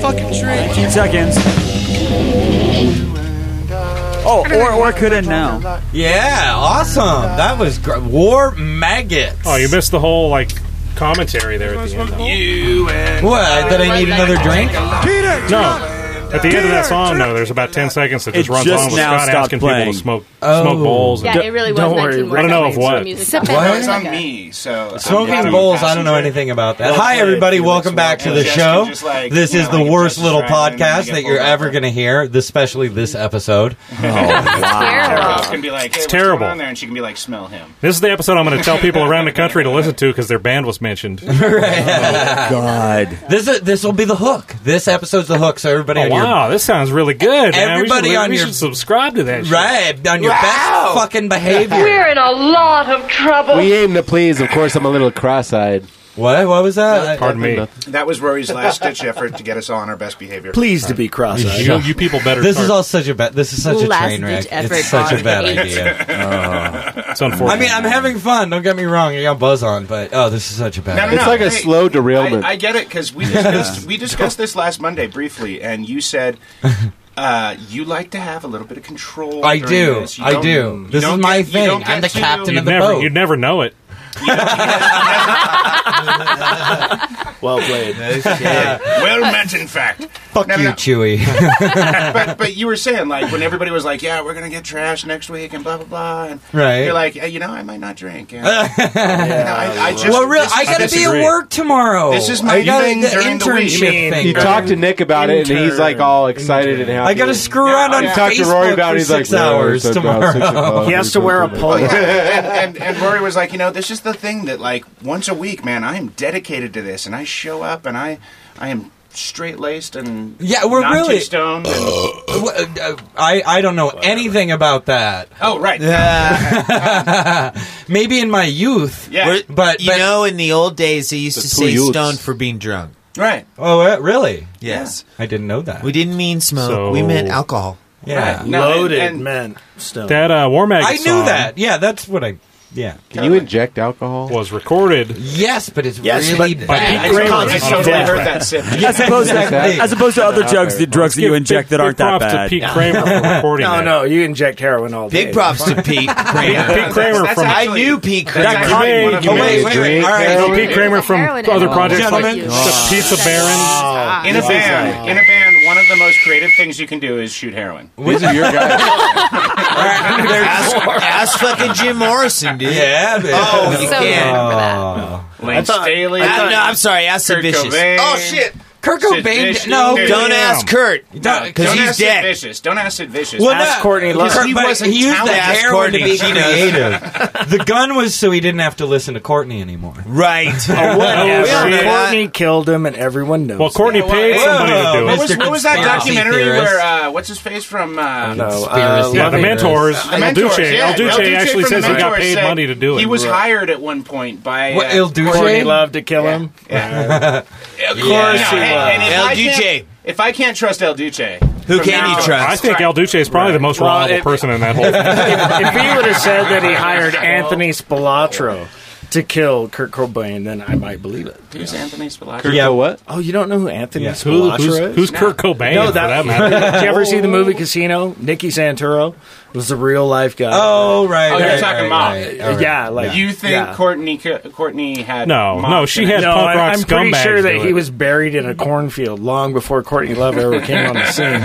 H: fucking trick. 15 seconds. Oh, or, or I could end now.
D: Yeah, awesome. That was gr- War Maggots.
F: Oh, you missed the whole like commentary there at the end.
D: You and what? That I need another drink?
F: Peter, no. At the end of that song, though, there's about ten seconds that just
D: It
F: runs
D: just
F: on with
D: now
F: Scott
D: stopped
F: asking
D: playing.
F: people to smoke
D: Oh.
F: smoke bowls.
T: Yeah, it really was
F: Don't
T: 19
F: worry,
T: more
F: I don't know
T: seconds
F: if
T: for
F: what.
T: music.
F: What?
T: What?
S: It's on me, so
D: Smoking bowls, I don't know anything about that. Hi, everybody. Welcome back to the show. This is the worst little podcast that you're ever going to hear, especially this episode.
S: It's gonna be like, hey, it's terrible. on there? And she can be like, smell him.
F: This is the episode I'm going to tell people around the country to listen to because their band was mentioned.
D: God. This is, this will be the hook. This episode's the hook. So everybody,
F: Oh,
D: on your,
F: wow, this sounds really good. man. We should-
D: Everybody
F: we
D: on
F: should
D: your-
F: subscribe to that. shit.
D: right on your best fucking behavior.
B: We're in a lot of trouble.
K: We aim to please. Of course, I'm a little cross-eyed.
D: What? What was that?
K: Pardon me.
S: That was Rory's last ditch effort to get us all on our best behavior.
C: Pleased to be cross-eyed.
D: You-
F: you people better
D: This is
F: start-
D: all such a bad. This is such a train wreck.
F: Last-ditch effort
D: It's such a
F: on
D: bad
F: it.
D: idea. Oh.
F: It's unfortunate.
D: I mean, I'm having fun. Don't get me wrong. I got buzz on, but oh, this is such a bad.
S: No, no,
D: idea.
S: no. Hey, I,
K: I,
S: I get it because we discussed we discussed this last Monday briefly, and you said uh, you like to have a little bit of control.
D: I
S: during
D: do.
S: this. You
D: I
S: don't-
D: do.
S: you
D: This is
S: don't
D: my
S: get- you
D: thing.
S: don't
D: I'm the
S: get to-
D: captain
F: You'd
D: of the
F: never,
D: boat.
F: You'd never know it.
C: well played.
S: well meant, in fact.
D: Fuck you, Chewy.
S: but but you were saying like when everybody was like, yeah, we're gonna get trash next week and blah blah blah, and
D: Right.
S: You're like, "Hey, you know, I might not drink. And, you know, I, I just
D: well, really,
S: this is-
D: I gotta be at work tomorrow.
S: This is my
D: I gotta-
S: thing
D: the
S: during the week.
D: internship
S: You mean-
D: thing.
K: you talk to Nick about it, and he's like all excited and happy.
D: I gotta screw around on
K: You talk to
D: Facebook
K: Rory about
D: for
K: it. He's like
D: six hours
K: "Yeah, it's about
D: tomorrow."
K: six o'clock.
D: He has to wear a
S: Oh, yeah. and, and, and Rory was like, you know, this is the thing that, like, once a week, man, I am dedicated to this, and I show up, and I, I am straight laced, and
D: Yeah, we're
S: not too
D: really- uh,
S: stoned. and-
D: I I don't know anything about that.
S: oh, right.
D: Maybe in my youth.
S: Yeah.
D: But
G: you know, in the old days, they used to
D: two
G: say
D: youths.
G: stoned for being drunk.
S: Right.
D: Oh, uh, really?
G: Yes.
D: I didn't know that.
G: We didn't mean smoke.
F: So-
G: We meant alcohol.
D: Yeah.
F: Right. No,
C: Loaded
F: and-
C: men. Stone.
F: That uh, War Maggot
D: I knew
F: song
D: that. Yeah, that's what I. Yeah.
K: Can you inject alcohol?
F: Was recorded.
D: Yes, but it's
F: Yes,
D: really
F: but-
D: bad.
F: By Pete Graver on a death rap.
H: As opposed to, as opposed to other drugs, the drugs that you inject that aren't that bad.
C: no, no, you inject heroin all day.
G: Big props to Pete Kramer.
C: Pete Kramer
G: That's- that's
C: from-
G: I knew Pete Kramer.
C: That caught me.
G: Hey,
C: You
G: you
C: made
G: made
C: me
G: a
C: drink.
G: drink.
C: All right.
G: Hey,
F: So Pete Kramer from other projects like
S: Gentlemen.
F: the Pizza Baron.
S: In a
F: Yeah.
S: band, in a band, one of the most creative things you can do is shoot heroin.
K: These are your guys.
G: ask, ask fucking Jim Morrison, dude.
D: Yeah, man.
G: Oh, you
D: So
G: can.
D: good.
S: Lane Staley.
G: I- no, I'm sorry. Ask
S: Kurt
G: Sid Vicious.
S: Cobain.
G: Oh, shit.
D: Kurt
S: Sid
D: Cobain.
S: Vicious.
D: no,
S: Dude.
G: Don't ask Kurt.
D: Don't-
S: Don't
G: Uh, 'Cause he's
S: ask Sid
G: dead.
S: Vicious. Don't ask Sid Vicious.
D: Well, no, because
S: Because he
D: but
S: wasn't
D: he used the
S: talented.
D: heroin to be creative. the gun was so he didn't have to listen to Courtney anymore.
G: Right.
C: Oh,
D: We don't know
C: whatever.
D: that.
C: Courtney killed him, and everyone knows.
F: Well, Courtney
C: that.
F: paid somebody to do
S: What
F: it.
S: was,
C: Mr.
S: what was that
C: Conspiracy
S: documentary
C: theorist.
S: where uh, what's his face from? Uh,
C: know. Uh,
F: yeah, the
C: Loving
F: mentors.
S: The
F: El
S: Mentors,
F: Duce.
S: yeah,
F: El Duce actually
S: from The
F: says he got
S: Mentors
F: paid
S: said
F: money to do it.
S: He was hired at one point by
D: What,
S: uh,
D: El Duce?
C: Courtney loved to kill him.
S: Of
C: course he was.
G: El Duce.
S: If I can't trust El Duce,
G: Who can you trust?
F: I think El Duce is probably the most reliable person in that whole thing.
C: if he would have said that he hired Anthony Spilatro to kill Kurt Cobain, then I might believe it.
S: Who's Anthony Spilotro?
C: yeah, what? Oh, you don't know who Anthony
F: Yeah. Who-
C: Spilatro
F: who's-
C: is?
F: who's Kurt Cobain, for that matter?
C: Did you ever see the movie Casino? Nicky Santoro was the real life guy.
D: Oh, right.
S: Oh,
D: right,
S: you're
D: right,
S: talking
D: right,
S: mom.
D: right.
C: Yeah, like
S: you think
C: yeah.
S: Courtney Courtney had
F: No,
S: Mach
F: no, she
S: in it?
F: had
C: no,
F: punk
C: I,
F: rock
C: I'm pretty
F: scumbags
C: sure
F: do
C: that he
F: it.
C: was buried in a cornfield long before Courtney Love ever came on the scene.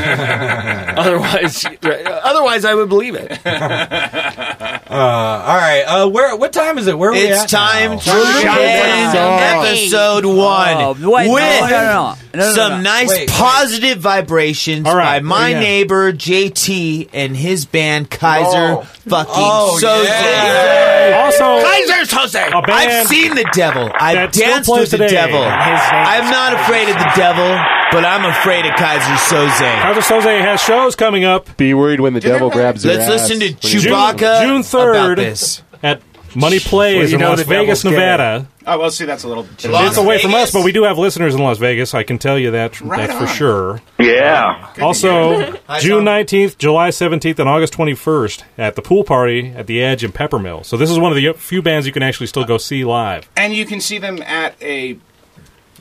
C: otherwise, otherwise I would believe it.
D: Uh, all right. Uh, where? What time is it? Where are we at?
G: It's time
F: Oh,
D: now?
G: to end episode one
H: Oh, wait, no,
G: with
H: no, no, no, no, no,
G: some
H: no.
G: nice
H: Wait, wait.
G: positive vibrations by my
H: Yeah.
G: neighbor JT and his band Kaiser fucking
D: Oh,
G: Soze.
D: yeah.
F: Also,
G: Kaiser Soze.
F: a band
G: I've seen the devil. I've
F: that still
G: danced
F: plays
G: with the
F: today.
G: devil.
F: And his name
G: I'm
F: is
G: not
F: Kaiser
G: afraid of the devil, but I'm afraid of Kaiser Soze.
F: Kaiser Soze has shows coming up.
K: Be worried when the devil grabs your
G: Let's
K: ass.
G: listen to
F: June-
G: Chewbacca
F: June
G: about
F: third
G: this.
F: at Money
C: Well,
F: Plays
C: you
F: in
C: know
F: Las
C: the devil's
F: Vegas,
C: gay.
F: Nevada.
S: Oh well, see, that's a little.
F: It's away from us, but we do have listeners in Las Vegas. I can tell you that
S: Right
F: that for
S: on.
F: sure.
U: Yeah.
F: Also, June nineteenth, July seventeenth, and August twenty first at the pool party at the Edge in Peppermill. So this is one of the few bands you can actually still go see live.
S: and you can see them at a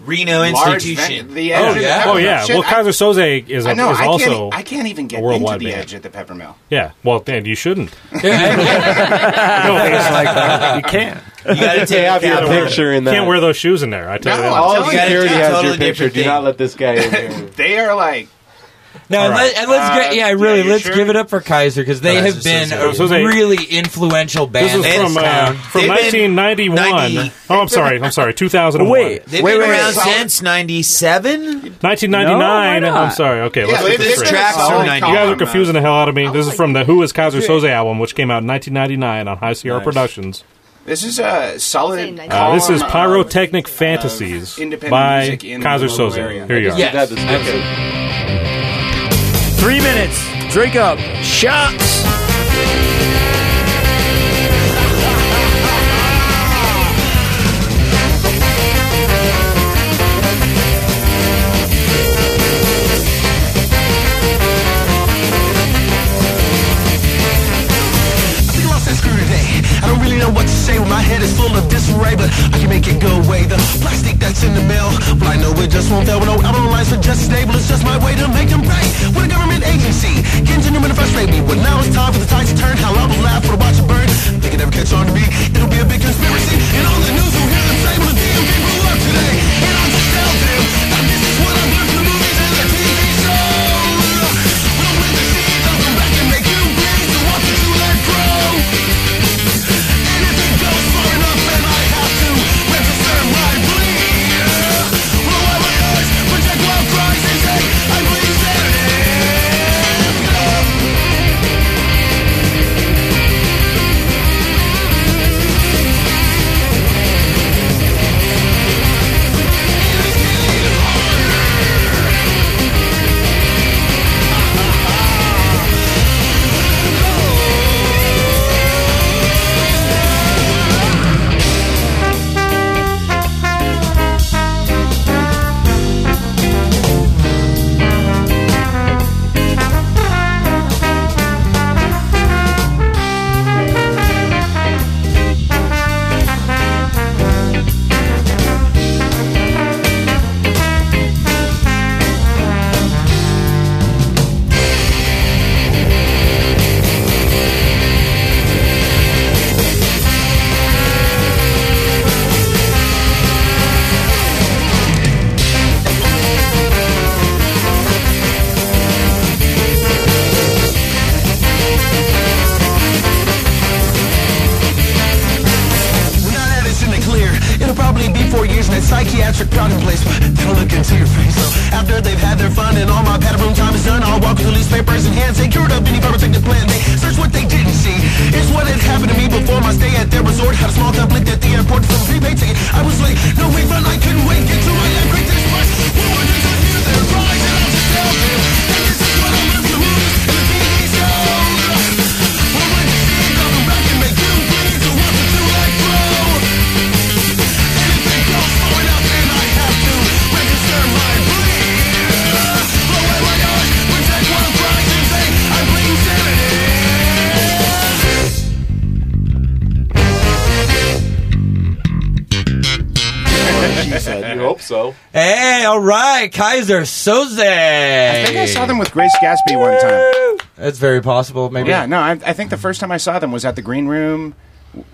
G: Reno
S: large
G: institution.
S: ven- the edge of the
F: oh
S: Peppermill.
F: yeah.
S: Shit,
F: well,
S: I-
F: Kaiser Soze is, a,
S: I know.
F: is
S: I
F: also
S: can't, e, I can't even get
F: a worldwide
S: into the
F: band.
S: edge at the Peppermill.
F: yeah. Well, Dan, you shouldn't.
V: You can't.
F: You
K: gotta take off your picture in that.
F: Can't wear those shoes in there. I tell you
S: No,
F: that.
S: I'm
K: All
S: telling you,
K: security
S: it's a
K: has
S: totally
K: your picture.
S: different
K: Do not let this guy in here.
S: They are like
D: No, and, let, and let's get yeah, really, let's give it up for Kaiser because they
F: Alright,
D: have
F: so-
D: been
F: so-
D: a
F: so they-
D: really influential
F: This
D: band
F: is
D: in
F: from
D: this
F: uh,
D: town.
F: from 1991. oh, I'm sorry. I'm sorry. 2001.
G: Wait, they've
F: wait,
G: been
F: wait.
G: around since '97.
F: 1999.
G: No, why not?
F: I'm sorry. Okay,
G: Yeah,
F: let's
G: they've
F: get this
G: been
F: straight.
G: tracks from
F: You guys are
G: 91.
F: confusing the hell out of
S: Oh
F: me. This is from the Who is Kaiser Soze album, which came out in 1999 on High Sierra
S: Nice.
F: Productions.
S: This is a solid.
F: Uh, this is
S: column
F: Pyrotechnic Fantasies
S: independent
F: by
S: music in
F: Kaiser
S: the local
F: Soze.
S: area.
F: Here you are.
H: Yes, Three minutes. Drink up. Shots.
C: Sick of myself screw today. I don't really know what to say when my head is full of disarray, but I can make it go away. The plastic that's in the mail, but I know it just won't fail. When I'm on lines for just stable, it's just my way to make them pay. With a government agency, getting to them and frustrate me. But now it's time for the tides to turn. How I will laugh for the watch it burn. They can never catch on to me. It'll be a big conspiracy. And on the news, you'll hear them say, well, the damn people up today. And I'll just tell them that this is what I've learned from the movies and the TV shows. We'll win the sea, they'll come back and make you raise the ones that you let grow. We're not at it's in the clear. It'll probably be four years in a psychiatric crowding place. But they don't look into your face. So after they've had their fun and all my padded room time is done, I'll walk into these papers and hands. They cured up any protective plan. They search what they didn't see. It's what had happened to me before my stay at their resort. Had a small conflict at the airport. Some prepaid ticket. I was late. No refund. I couldn't wait. Get to my aircraft. This much. We were just to hear their cries and I'll just tell them. that this is what I learned from the movies and the TV shows. Well, when you see it, I'll come back and make you realize the ones that you let grow.
K: She said, "You hope so."
D: Hey, all right, Kaiser Soze. I
S: I think I saw them with Grace Gatsby one time.
D: That's very possible. Maybe.
S: Yeah, no, I, I think the first time I saw them was at the Green Room.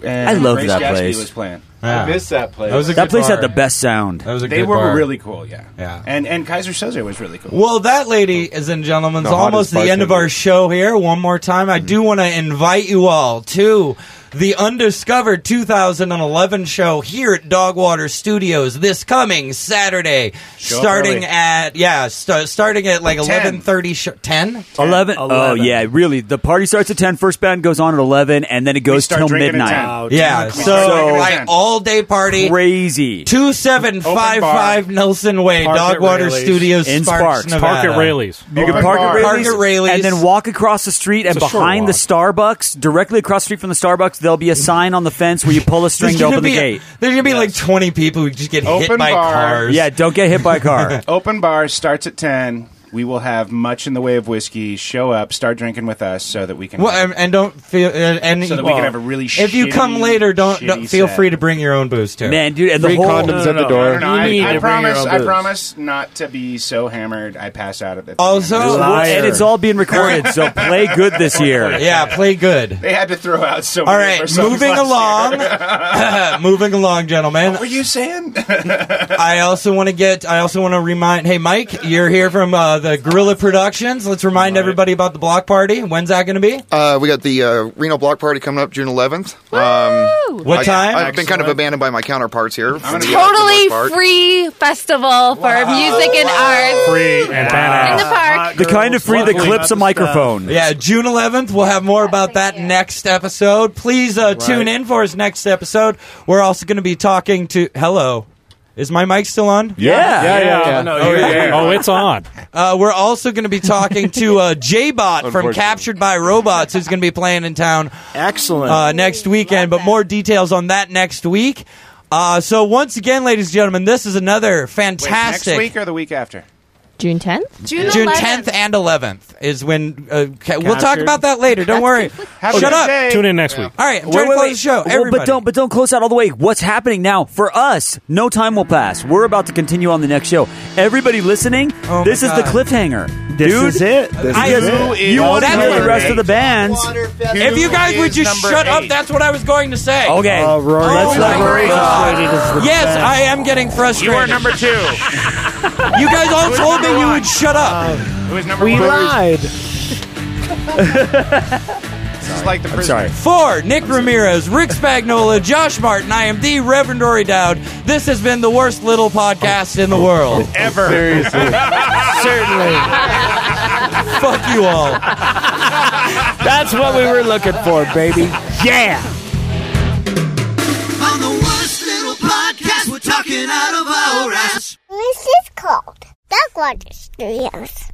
S: And
H: I love
S: Grace
H: that
S: Gatsby
H: place.
S: was playing.
H: Yeah.
K: I miss that place.
H: That, place had the best sound.
D: That was a
S: They
D: good
S: were
D: bar.
S: really cool, yeah.
D: Yeah.
S: And and Kaiser Soze was really cool.
D: Well, that, ladies and gentlemen, is
S: The hottest
D: almost the end of our show here. One more time, I do want to invite you all to the Undiscovered 2011 show here at Dogwater Studios this coming Saturday,
H: Show up
D: starting
H: early.
D: at yeah, st- starting at like
H: 10.
D: 11:30, sh- 10,
H: 11? Oh, yeah, really. The party starts at 10. First band goes on at 11, and then it goes
D: start
H: till
D: drinking at
H: midnight.
D: 10. Yeah, so, like all day party.
H: Crazy.
D: 2755 Nelson Way,
H: Park at
D: Dogwater
H: Rayleigh's.
D: Studios,
H: In
D: Sparks,
H: Sparks.
D: Nevada.
H: Park at Rayleigh's. You can park at Rayleigh's, and then walk across the street, and
D: It's a short
H: behind the Starbucks, directly across the street from the Starbucks, there'll be a sign on the fence where you pull a string
D: There's
H: to
D: gonna
H: open the
D: be-
H: gate.
D: There's gonna be like 20 people who just get hit by cars.
H: Yeah, don't get hit by a car.
S: Open bar starts at 10. We will have much in the way of whiskey. Show up, start drinking with us, so that we can.
D: Well, and, and don't feel uh, and
S: So that we can have a really
D: If you come
S: shitty,
D: later, don't, don't
S: shitty
D: feel
S: set.
D: free to bring your own booze too.
H: Man, dude, and the Free whole- condoms no, no, at the no. door.
S: No, no,
H: You need
S: I, I
H: to bring your
S: promise.
H: own
S: I
H: booze.
S: promise not to be so hammered I pass out at the.
D: Also,
H: and it's all being recorded, so play good this year.
D: Yeah, play good.
S: They had to throw out so.
D: All
S: many of
D: right,
S: our songs
D: moving
S: last
D: along, moving along, gentlemen. What
S: were you saying?
D: I also want to get. I also want to remind. Hey, Mike, you're here from uh, the Gorilla Productions. Let's remind everybody about the block party. When's that going to be?
C: Uh, we got the uh, Reno Block Party coming up June 11th. Um,
D: What
C: I,
D: time?
C: I've been kind of abandoned by my counterparts here. for the, uh, for the most
N: Totally
C: part.
N: free festival for music and arts
C: Free and
N: in the park.
H: The kind of free that clips a microphone.
D: Yeah, June 11th. We'll have more about that next episode. Please uh, tune in for his next episode. We're also going to be talking to. Hello. Is my mic still on?
F: Yeah. Yeah, yeah. Yeah. No, you're there. Oh, it's on.
D: Uh, we're also going to be talking to uh, J-Bot from
F: Unfortunately.
D: Captured by Robots, who's going to be playing in town.
W: Excellent.
D: Uh, next weekend, but more details on that next week. Uh, so once again, ladies and gentlemen, this is another
S: Wait, next
D: fantastic.
S: week or the week after?
D: June 10th?
S: June
D: 10th and 11th is when. Uh, ca- we'll talk
H: Captured.
D: about that later. Don't worry.
H: Have a
D: Shut
H: good
D: up.
H: day. Oh, Tune in next week.
D: All right, I'm trying to close the show.
H: Well,
D: Everybody.
H: but don't but don't close out all the way. What's happening now for us? No time will pass. We're about to continue on the next show. Everybody listening,
D: my
H: this is the
D: God.
H: cliffhanger.
D: This
H: dude,
D: is it. This
H: I-
D: is it.
H: You want to
D: That's
H: hear
D: what
H: the rest
D: it
H: of the
D: is.
H: bands?
D: If you guys would just shut up, that's what I was going to say.
H: Okay. Uh, Rory
D: Oh
H: is
D: my
H: number eight.
D: God.
H: Frustrated is the
D: Yes,
H: best.
D: I am getting frustrated.
H: You are number
D: two. you guys all told me you would shut up.
S: It was number
W: We
S: one.
W: lied.
S: This is like the first.
H: sorry.
D: For Nick Ramirez, Rick Spagnola, Josh Martin, I am the Reverend Dory Dowd. This has been the worst little podcast in the world.
S: Ever.
D: Seriously.
W: Certainly.
D: Fuck you all.
W: That's what we were looking for, baby. Yeah.
E: On the worst little podcast, we're talking out of our ass.
O: This is called Dog Water Studios.